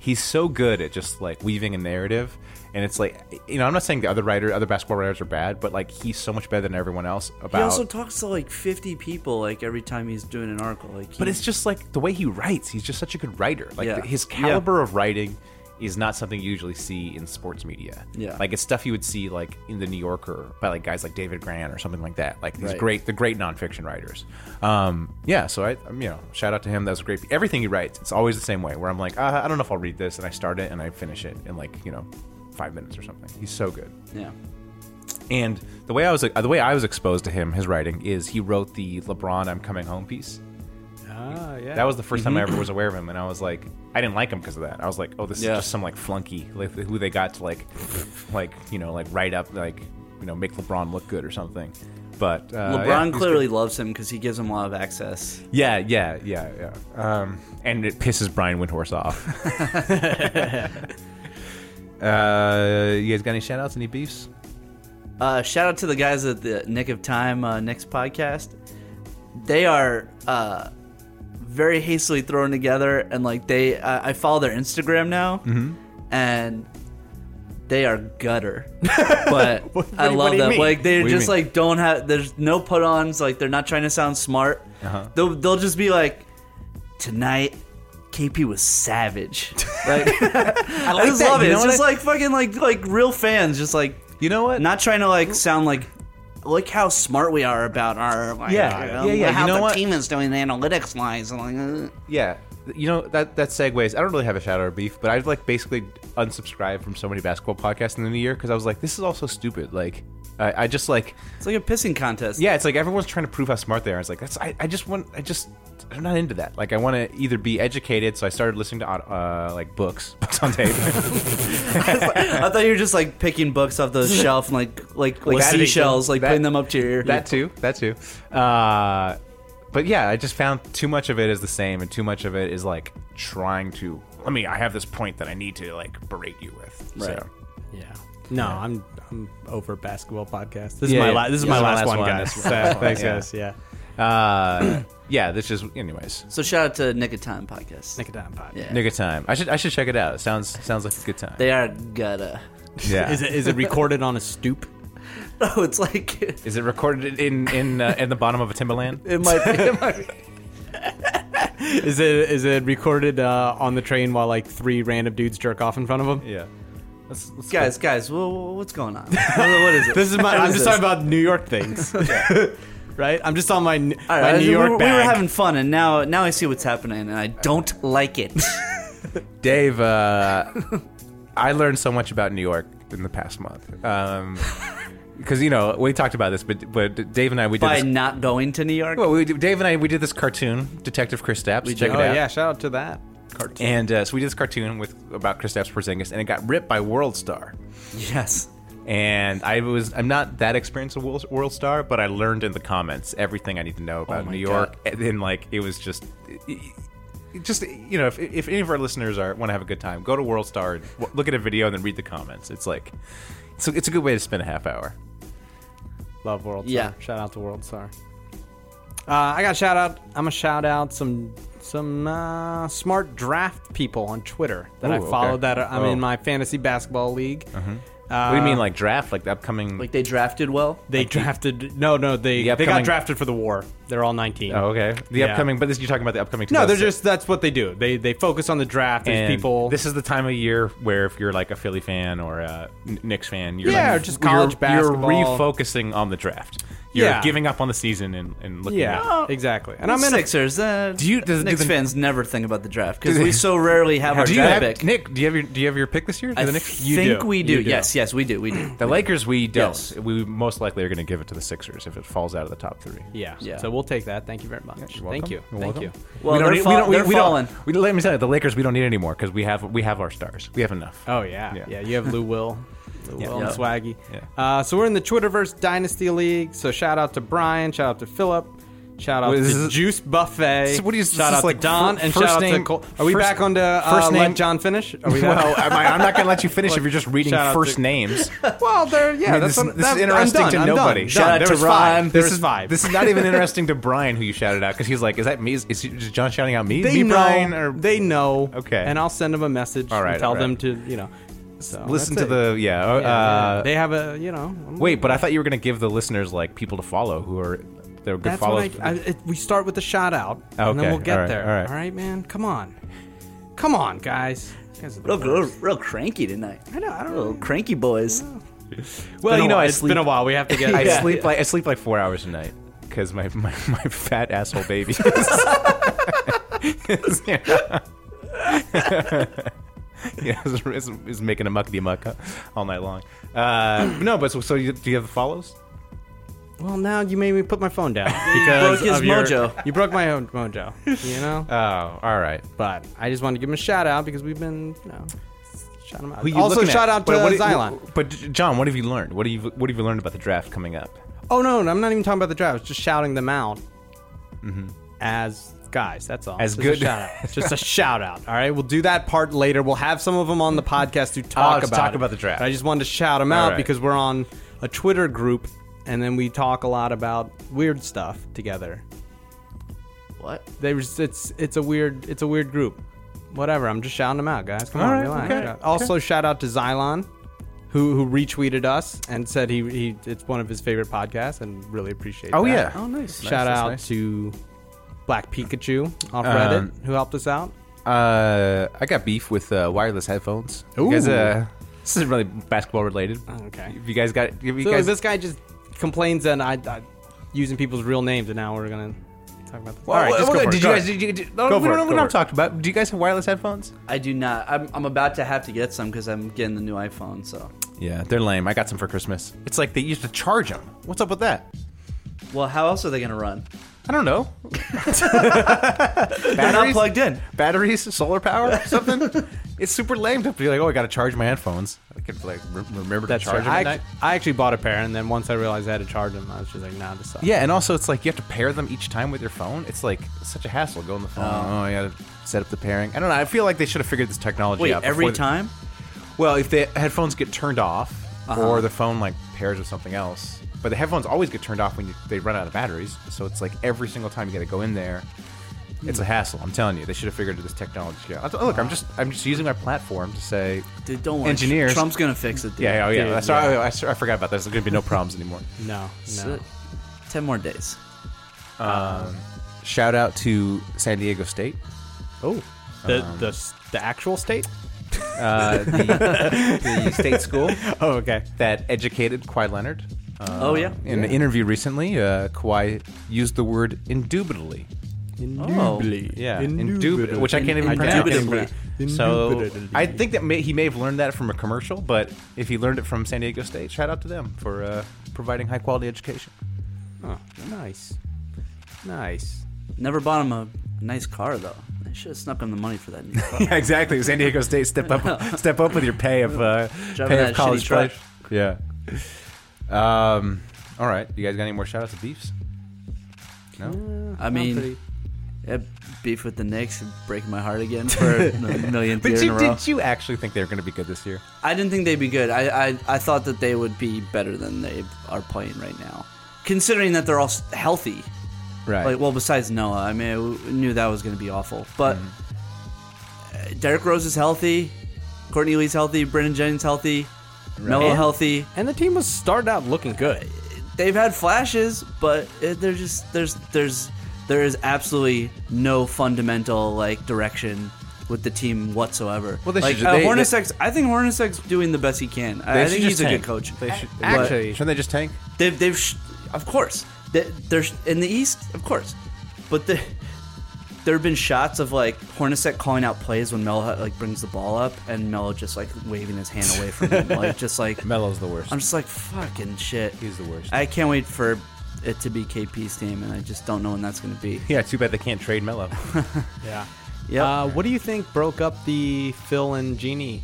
S7: he's so good at just like weaving a narrative. And it's like, you know, I'm not saying the other writer, other basketball writers are bad, but like he's so much better than everyone else about.
S9: He also talks to like 50 people like every time he's doing an article. Like, he,
S7: But it's just like the way he writes. He's just such a good writer. Like
S9: Yeah.
S7: th- his caliber of writing is not something you usually see in sports media.
S9: Yeah.
S7: like it's stuff you would see like in the New Yorker by like guys like David Grant or something like that. Like these
S9: Right.
S7: great, the great nonfiction writers. Um, yeah. So I, um, you know, shout out to him. That's great. Everything he writes, it's always the same way. Where I'm like, uh, I don't know if I'll read this, and I start it and I finish it in like you know, five minutes or something. He's so good.
S9: yeah.
S7: And the way I was the way I was exposed to him, his writing is he wrote the LeBron "I'm Coming Home" piece.
S8: Ah, yeah.
S7: That was the 1st time I ever was aware of him, and I was like, I didn't like him because of that. I was like, oh, this
S9: Mm-hmm. Yeah.
S7: is just some like flunky, like who they got to like, like you know, like write up, like you know, make LeBron look good or something. But
S8: Oh,
S7: uh, yeah,
S9: LeBron
S7: he's
S9: clearly loves him because he gives him a lot of access.
S7: Yeah, yeah, yeah, yeah. Um, and it pisses Brian Windhorse off. uh, you guys got any shout outs, any beefs?
S9: Uh, shout out to the guys at the Nick of Time uh, next podcast. They are uh, very hastily thrown together, and like they, I I follow their Instagram now,
S8: Mm-hmm.
S9: and they are gutter. But I
S8: do you- what
S9: love
S8: do you
S9: that.
S8: mean?
S9: Like they
S7: What do you
S9: just
S7: mean?
S9: like don't have. There's no put ons. Like they're not trying to sound smart.
S8: Uh-huh.
S9: They'll they'll just be like, tonight. KP was savage. Like, I, just
S7: that.
S9: love
S7: You
S9: it.
S7: know
S9: It's
S7: what
S9: just
S7: I-
S9: like fucking like like real fans, just like
S7: You know what?
S9: not trying to like sound like look how smart we are about our like,
S7: Yeah,
S9: you
S7: yeah,
S9: know,
S7: yeah,
S9: how
S7: you know
S9: the
S7: what?
S9: team is doing the analytics lines and like uh,
S7: Yeah. You know, that, that segues. I don't really have a shout out or beef, but I've like basically unsubscribed from so many basketball podcasts in the year because I was like, this is all so stupid. Like, I, I just like,
S9: it's like a pissing contest.
S7: yeah, it's like everyone's trying to prove how smart they are. It's like, that's, I, I just want, I just, I'm not into that. Like, I want to either be educated, so I started listening to uh, like books, books on tape.
S9: I thought you were just like picking books off the shelf and like like like
S7: That-
S9: seashells, like
S7: that-
S9: putting them up to your ear.
S7: that too that too uh but yeah i just found too much of it is the same and too much of it is like trying to let me i have this point that i need to like berate you with
S9: Right.
S7: so
S8: Yeah. No, I'm I'm over basketball podcast. This
S7: Yeah,
S8: is my
S7: yeah.
S8: la- this is
S7: Yeah,
S8: my
S7: this
S8: last, one, guys.
S7: This is
S8: So,
S7: my last one,
S8: thanks,
S7: yeah.
S8: guys. Yeah.
S7: uh yeah this just anyways
S9: So shout out to Nick of Time podcast.
S8: Nick a dime pod.
S9: Yeah.
S7: nigga time i should i should check it out it sounds sounds like a good time
S9: They are uh. gotta.
S7: yeah
S8: Is it is it recorded on a stoop?
S9: No, Oh, it's like it
S7: is it recorded in in uh, in the bottom of a timberland
S9: might be. It might be.
S8: Is it is it recorded uh, on the train while like three random dudes jerk off in front of him?
S7: yeah let's, let's
S9: guys, guys, wha- wha- what's going on? What- what is it?
S8: This is my.
S9: What
S8: I'm just
S9: this?
S8: talking about New York things. right. I'm just on my n-
S9: All
S8: my
S9: right,
S8: New
S9: we
S8: York
S9: were- we
S8: bag.
S9: were having fun, and now now I see what's happening, and I don't like it.
S7: Dave, uh, I learned so much about New York in the past month. Um, because you know we talked about this, but but Dave and I we did.
S9: By
S7: This,
S9: not going to New York,
S7: well, we, Dave and I we did this cartoon, Detective Chris Stapps. Check
S8: oh
S7: it out.
S8: yeah! Shout out to that. Cartoon.
S7: And uh, so we did this cartoon with about Chris Stapps Porzingis, and it got ripped by World Star.
S9: yes.
S7: And I was I'm not that experienced with World, World Star, but I learned in the comments everything I need to know about
S9: my
S7: New York. And then like it was just. it- just you know, if, if any of our listeners are want to have a good time, go to World Star, and w- look at a video, and then read the comments. It's like, it's a, it's a good way to spend a half hour.
S8: Love World
S9: Yeah.
S8: Star. Shout out to World Star. Uh, I got a shout out. I'm gonna shout out some some uh, smart draft people on Twitter that I
S7: Ooh, okay.
S8: followed. That are, I'm
S7: Oh.
S8: in my fantasy basketball league.
S7: what do you mean, like draft, like the upcoming?
S9: Like they drafted well.
S8: They drafted. no, no, they
S7: The
S8: they
S7: upcoming-
S8: got drafted for the war. They're all 19.
S7: oh, okay, the
S8: Yeah.
S7: upcoming. But this you're talking about the upcoming.
S8: No, they're
S7: 2006.
S8: just that's what they do. They they focus on the draft. There's
S7: And
S8: people.
S7: This is the time of year where if you're like a Philly fan or a Kn- Knicks fan, you're
S8: Yeah,
S7: like,
S8: or just college
S7: you're, you're
S8: basketball.
S7: refocusing on the draft. You're
S8: Yeah.
S7: giving up on the season and, and looking.
S8: yeah,
S7: At
S8: exactly. And I'm in a,
S9: Oh, Sixers. Uh, do
S7: you- does- do
S9: Knicks
S7: the-
S9: fans never think about the draft because we so rarely have our
S7: do you have
S9: draft pick.
S7: Nick? Do you have your Do you have your pick this year? Do
S9: I
S7: the Knicks?
S8: you
S9: think
S8: do.
S9: we do.
S8: You do.
S9: Yes, yes, we do. We do.
S7: the Lakers, we don't.
S9: Yes.
S7: We most likely are going to give it to the Sixers if it falls out of the top three.
S8: yeah.
S9: Yeah.
S8: So we'll take that. Thank you very much.
S7: You're welcome.
S8: Thank you.
S7: You're
S8: Thank
S7: welcome.
S8: you.
S9: Well,
S7: we don't
S9: they're
S7: need, we
S9: fall-
S7: don't, we,
S9: they're
S7: we don't-
S9: fallen.
S7: we- let me tell you, the Lakers we don't need anymore because we have we have our stars. We have enough.
S8: Oh yeah,
S7: Yeah.
S8: yeah. you have Lou Will, Lou Will and
S9: Yeah.
S8: Swaggy.
S7: Yeah.
S8: Uh, so we're in the Twitterverse Dynasty League. So shout out to Brian. Shout out to Philip. Shout out
S7: Wait, is
S8: to
S7: this-
S8: Juice Buffet.
S7: So what do you-
S8: shout
S7: this
S8: out
S7: is like
S8: to Don
S7: fir-
S8: and
S7: first
S8: shout out
S7: name-
S8: to Cole. Are we
S7: first-
S8: back on to uh,
S7: first name-
S8: let John finish? Are we
S7: Well,
S8: back?
S7: am I, I'm not going to let you finish
S8: Look,
S7: if you're just reading
S8: shout out
S7: first
S8: to-
S7: names.
S8: well, there. Yeah,
S7: I mean,
S8: that's
S7: this,
S8: what-
S7: this
S8: that-
S7: is
S8: I'm
S7: interesting
S8: done,
S7: to
S8: I'm done.
S7: nobody.
S8: Done.
S9: Shout out
S8: There
S9: to
S8: was five.
S9: Rhyme.
S8: There
S7: this
S8: was
S7: is
S8: five.
S7: This is not even interesting to Brian, who you shouted out, because he's like, "Is that me? Is, he- is John shouting out me?
S8: they
S7: me,
S8: know.
S7: Brian?" Or
S8: They know.
S7: Okay.
S8: And I'll send them a message.
S7: All right,
S8: And tell
S7: all right.
S8: them to you know. So
S7: listen to
S8: that's it.
S7: the yeah. uh,
S8: Yeah, yeah. They have a you know.
S7: wait, but I thought you were going to give the listeners like people to follow who are they're good
S8: That's what I,
S7: followers.
S8: I, it, we start with the shout out, and
S7: Okay,
S8: then we'll get
S7: all right,
S8: there.
S7: all right.
S8: man. Come on, come on, guys. You guys are the
S9: Real, real,
S8: worst.
S9: real cranky tonight. I
S8: know, I don't
S9: Real
S8: really-
S9: cranky boys.
S7: well,
S8: Been
S7: you
S8: a
S7: know,
S8: while.
S7: I
S8: it's
S7: sleep.
S8: been a while. We have to get.
S7: I
S9: Yeah.
S7: sleep like I sleep like four hours a night because my, my my fat asshole baby. is- Yeah, is, is, is making a muckety muck all night long. Uh, no, but so, so you, do you have the follows?
S8: Well, now you made me put my phone down because
S9: broke his
S8: of your-
S9: mojo.
S8: You broke my own mojo. You know. Uh,
S7: Oh, all right.
S8: but I just wanted to give him a shout out because we've been, you know, shout him out.
S7: Who you
S8: also,
S7: looking
S8: shout
S7: at?
S8: out to uh,
S7: But what-
S8: Xylon.
S7: But John, what have you learned? What have you What have you learned about the draft coming up?
S8: Oh no, no, I'm not even talking about the draft. I was just shouting them out as guys. That's all.
S7: Mm-hmm. As
S8: Just a
S7: good-
S8: shout out. just a shout out. All right, we'll do that part later. We'll have some of them on the podcast to talk
S7: to
S8: about
S7: talk
S8: it.
S7: about the draft.
S8: But I just wanted to shout them
S7: All
S8: out
S7: right.
S8: because we're on a Twitter group, and then we talk a lot about weird stuff together.
S9: What?
S8: There's it's it's a weird it's a weird group. Whatever. I'm just shouting them out, guys. Come
S7: All
S8: on,
S7: right,
S8: relax.
S7: okay, okay.
S8: Also, shout out to Xylon, who who retweeted us and said he, he it's one of his favorite podcasts, and really appreciate.
S7: Oh
S8: that.
S7: yeah. Oh nice.
S8: Shout out to Black Pikachu off Reddit
S7: Um,
S8: who helped us out.
S7: Uh, I got beef with uh, wireless headphones. You guys,
S8: Ooh. Oh,
S7: uh, this isn't really basketball related.
S8: Okay.
S7: If you guys got, if you
S8: So
S7: guys,
S8: this guy just complains that I, I using people's real names, and now we're gonna talk about this.
S7: Well,
S8: All right,
S7: well,
S8: just go
S7: well,
S8: for it,
S7: did
S8: go
S7: you
S8: ahead.
S7: guys? Did you, did, no,
S8: Go
S7: we
S8: for it,
S7: don't,
S8: go
S7: we're not
S8: for it.
S7: talking about. Do you guys have wireless headphones?
S9: I do not. I'm, I'm about to have to get some because I'm getting the new iPhone. So
S7: Yeah, they're lame. I got some for Christmas. It's like they used to charge them. What's up with that?
S9: well, how else are they gonna run?
S7: I don't know.
S9: They're not plugged in.
S7: Batteries, solar power, something. it's super lame to be like, oh, I got to charge my headphones. I could like re- remember
S8: That's
S7: to charge
S8: right.
S7: them
S8: I,
S7: at night.
S8: act- I actually bought a pair, and then once I realized I had to charge them, I was just like, nah, this sucks.
S7: Yeah, and also it's like you have to pair them each time with your phone. It's like such a hassle. Go on the phone. Oh, I gotta set up the pairing. I don't know. I feel like they should have figured this technology
S9: Wait,
S7: out before
S9: every
S7: the-
S9: time?
S7: well, if the headphones get turned off
S8: Uh-huh.
S7: or the phone like pairs with something else, but the headphones always get turned off when you, they run out of batteries. So it's like every single time you got to go in there. It's a
S8: Hmm.
S7: hassle. I'm telling you, they should have figured this technology out. Oh, look, I'm just I'm just using my platform to say,
S9: Dude, don't worry.
S7: Engineers.
S9: Trump's gonna fix it. Dude.
S7: yeah, yeah, yeah.
S8: Dude,
S7: That's- I, I, I forgot about this. There's gonna be no problems anymore.
S8: No, no.
S9: So, Ten more days.
S7: Shout out to San Diego State.
S8: Oh, the
S7: Um,
S8: the s- the actual state.
S7: uh, the, the state school
S8: Oh, okay.
S7: that educated Kawhi Leonard. Uh,
S9: oh yeah.
S7: in an interview recently, uh, Kawhi used the word indubitably.
S9: Indubitably.
S7: Yeah, indubitably, which I can't even
S9: Indubitably.
S7: pronounce. So I think that may, he may have learned that from a commercial, but if he learned it from San Diego State, shout out to them for uh, providing high quality education.
S8: Oh, nice, nice.
S9: Oh, Never bought him a nice car though. I should have snuck him the money for that new car.
S7: yeah, exactly. San Diego State, step up, step up with your pay of uh,
S9: Driving that shitty truck.
S7: Yeah. Um. All right, you guys got any more shout outs to beefs?
S9: I mean, yeah, beef with the Knicks, breaking my heart again for the millionth
S7: But
S9: year in a
S7: you,
S9: row.
S7: did you actually think they were going to be good this year?
S9: I didn't think they'd be good. I, I I thought that they would be better than they are playing right now, considering that they're all s- healthy.
S7: Right.
S9: Like, well, besides Noah, I mean, I w- knew that was going to be awful. But
S7: Mm-hmm.
S9: uh, Derrick Rose is healthy, Courtney Lee's healthy, Brendan Jennings healthy, Noah
S8: And-
S9: healthy.
S8: And the team was started out looking good.
S9: They've had flashes, but it, they're just there's there's there is absolutely no fundamental like direction with the team whatsoever.
S7: Well, they
S9: like,
S7: should-
S9: uh,
S7: they- they-
S9: Hornacek's, I think Hornacek's doing the best he can. I, I think he's a good coach.
S7: They should, they
S8: Actually-
S7: should- shouldn't they just tank?
S9: They've, they've sh- of course, They- there's in the East, of course, but the, there have been shots of like Hornacek calling out plays when Melo like brings the ball up and Melo just like waving his hand away from him, like just like
S7: Melo's the worst.
S9: I'm just like fucking shit.
S7: He's the worst.
S9: I can't wait for it to be KP's team, and I just don't know when that's gonna be.
S7: yeah, too bad they can't trade Melo.
S8: Yeah.
S9: Yeah,
S8: Uh, what do you think broke up the Phil and Genie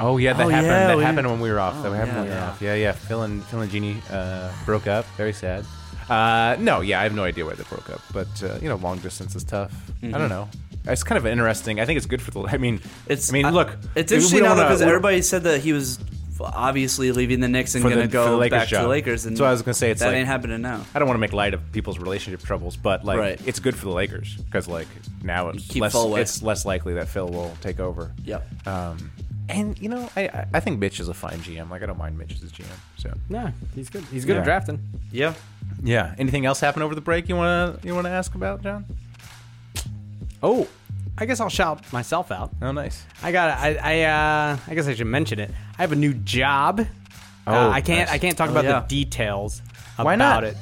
S7: oh yeah, that
S9: Oh,
S7: happened.
S9: yeah,
S7: that
S9: we-
S7: happened when we were off. that
S9: Oh,
S7: happened when we
S9: yeah.
S7: were off. Yeah, yeah. Phil and Phil and Jeannie uh, broke up. Very sad. Uh, no, yeah, I have no idea why they broke up, but uh, you know, long distance is tough.
S9: Mm-hmm.
S7: I don't know. It's kind of interesting. I think it's good for the. I mean,
S9: it's.
S7: I mean, look,
S9: it's
S7: we- we
S9: interesting
S7: don't
S9: now
S7: wanna-
S9: because
S7: we don't-
S9: everybody said that he was obviously leaving the Knicks and
S7: For the-
S9: gonna
S7: for the
S9: go
S7: Lakers
S9: back to
S7: job.
S9: the Lakers, and
S7: That's why I was gonna say it's
S9: that
S7: like-
S9: ain't happening now.
S7: I don't want to make light of people's relationship troubles, but like
S9: Right.
S7: it's good for the Lakers because like now it's
S9: keep
S7: less
S9: Phil away.
S7: it's less likely that Phil will take over.
S9: Yep.
S7: Um, and you know, I- I I think Mitch is a fine GM. Like I don't mind Mitch as his GM. So
S8: No, he's good. He's good
S7: Yeah.
S8: at drafting.
S9: Yeah.
S7: yeah. Anything else happened over the break you wanna you wanna ask about, John?
S8: Oh, I guess I'll shout myself out.
S7: Oh, nice.
S8: I got. I. I. Uh, I guess I should mention it. I have a new job. Uh,
S7: Oh,
S8: I can't.
S7: nice.
S8: I can't talk about
S9: yeah.
S8: the details about
S7: Why not?
S8: it.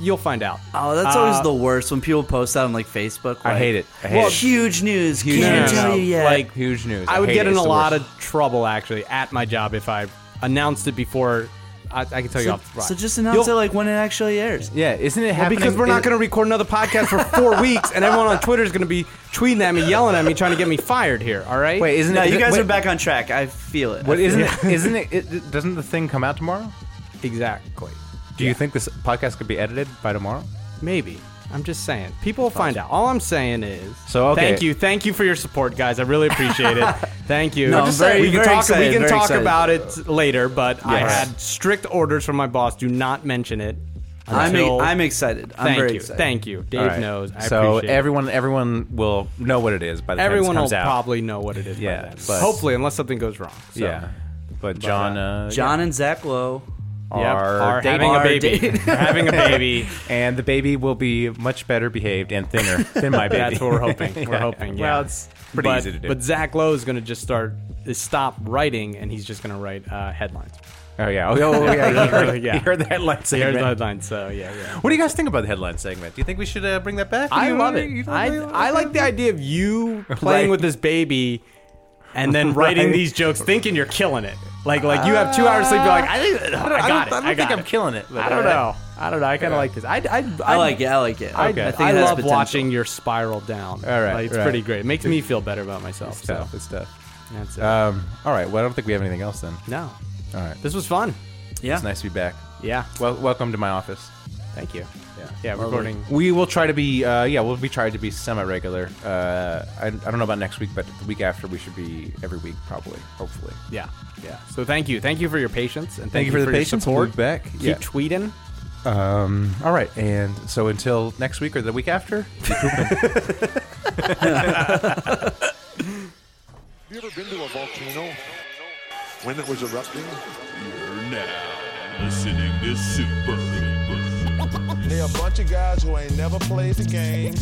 S8: You'll find out.
S9: Oh, that's always the worst when people post that on like Facebook.
S7: I
S9: like,
S7: hate it. I hate
S8: Well,
S7: it.
S9: Huge news. Huge
S8: No,
S9: Can't
S8: no,
S9: tell
S8: no.
S9: you yet.
S8: Like,
S7: Huge news.
S8: I would
S7: hate
S8: get
S7: it.
S8: in
S7: It's
S8: a
S7: the
S8: lot
S7: worst.
S8: of trouble actually at my job if I announced it before. I, I can tell you
S9: so,
S8: off. the
S9: so
S8: front.
S9: just announce
S8: You'll-
S9: it like when it actually airs.
S7: Yeah, isn't it
S8: Well,
S7: happening?
S8: because we're not
S7: it-
S8: going to record another podcast for four weeks, and everyone on Twitter is going to be tweeting at me, yelling at me, trying to get me fired here. All right.
S7: Wait, isn't
S9: No,
S7: it?
S9: you guys
S7: wait,
S9: are back on track. I feel it.
S7: What
S9: I feel
S7: isn't
S9: it?
S7: it? Isn't it, it? Doesn't the thing come out tomorrow?
S8: Exactly.
S7: Do you think this podcast could be edited by tomorrow?
S8: Maybe. I'm just saying. People will find out. All I'm saying is.
S7: So, okay.
S8: Thank you. Thank you for your support, guys. I really appreciate it. thank you.
S9: No, I'm very-
S8: we can
S9: very
S8: talk,
S9: excited,
S8: we can
S9: very
S8: talk
S9: excited.
S8: about it later, but I
S7: Yes.
S8: had strict orders from my boss do not mention it.
S9: I'm, e-
S8: until-
S9: I'm excited. I'm
S8: thank
S9: very
S8: you.
S9: excited.
S8: Thank you. Dave
S7: All right.
S8: knows. I
S7: so
S8: appreciate it.
S7: everyone, everyone will know what it is by the time
S8: Everyone will
S7: this comes out.
S8: probably know what it is
S7: Yeah,
S8: by then.
S7: but-
S8: Hopefully, unless something goes wrong. So,
S7: yeah, but John, uh,
S9: John and Zach Lowe.
S8: Yep,
S7: are,
S8: are
S7: dating-
S8: having a
S9: Are
S8: baby.
S9: dating.
S8: They're having a baby.
S7: and the baby will be much better behaved and thinner than my baby.
S8: That's what we're hoping. We're
S7: Yeah.
S8: hoping. Yeah.
S7: Well, it's pretty
S8: but,
S7: easy to do.
S8: But Zach Lowe is going to just start stop writing, and he's just going to write uh, headlines.
S7: oh yeah, oh, oh, yeah, you heard,
S8: Yeah.
S7: you heard the headline
S8: He
S7: segment.
S8: writes headlines. So yeah, yeah.
S7: What do you guys think about the headline segment? Do you think we should uh, bring that back?
S8: I
S7: You-
S8: love
S7: you
S8: it.
S7: don't
S8: I
S7: really
S8: I like the idea of you playing
S7: Right.
S8: with this baby, and then writing
S7: Right.
S8: these jokes, thinking you're killing it. Like like you have two hours sleep. You're like I think I,
S7: I
S8: got
S7: don't, I
S8: it. I,
S7: don't
S8: got
S7: think I'm
S8: it.
S7: killing it. but-
S8: I don't know. I don't know. I kind of like this. I I
S9: I like it. I like it.
S8: I,
S9: Okay.
S8: I,
S9: think it has
S8: love
S9: potential.
S8: watching your spiral down.
S7: All right,
S8: Like, it's
S7: right.
S8: pretty great. It makes me feel better about myself.
S7: It's
S8: So
S7: tough. It's tough.
S8: that's it.
S7: Um, all right. Well, I don't think we have anything else then.
S8: no,
S7: All right.
S8: this was fun.
S7: It's nice to be back.
S8: Yeah.
S7: Well, welcome to my office.
S8: Thank you.
S7: Yeah.
S8: Yeah, recording.
S7: We will try to be, uh, yeah, we'll be trying to be semi-regular. Uh, I, I don't know about next week, but the week after we should be every week, probably, hopefully.
S8: Yeah. Yeah. So thank you. Thank you for your patience
S7: Thank
S8: and thank,
S7: you for the
S8: your
S7: patience. We'll
S8: support.
S7: be back.
S8: Keep
S7: Yeah.
S8: tweeting.
S7: Um, all right, and so until next week or the week after,
S3: You ever been to a volcano? When it was erupting?
S4: You're now listening to Super.
S2: They a bunch of guys who ain't never played the game.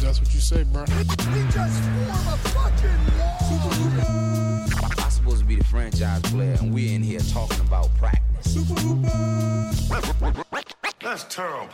S3: That's what you say, bro.
S6: I'm supposed to be the franchise player, and we're in here talking about practice.
S3: That's terrible.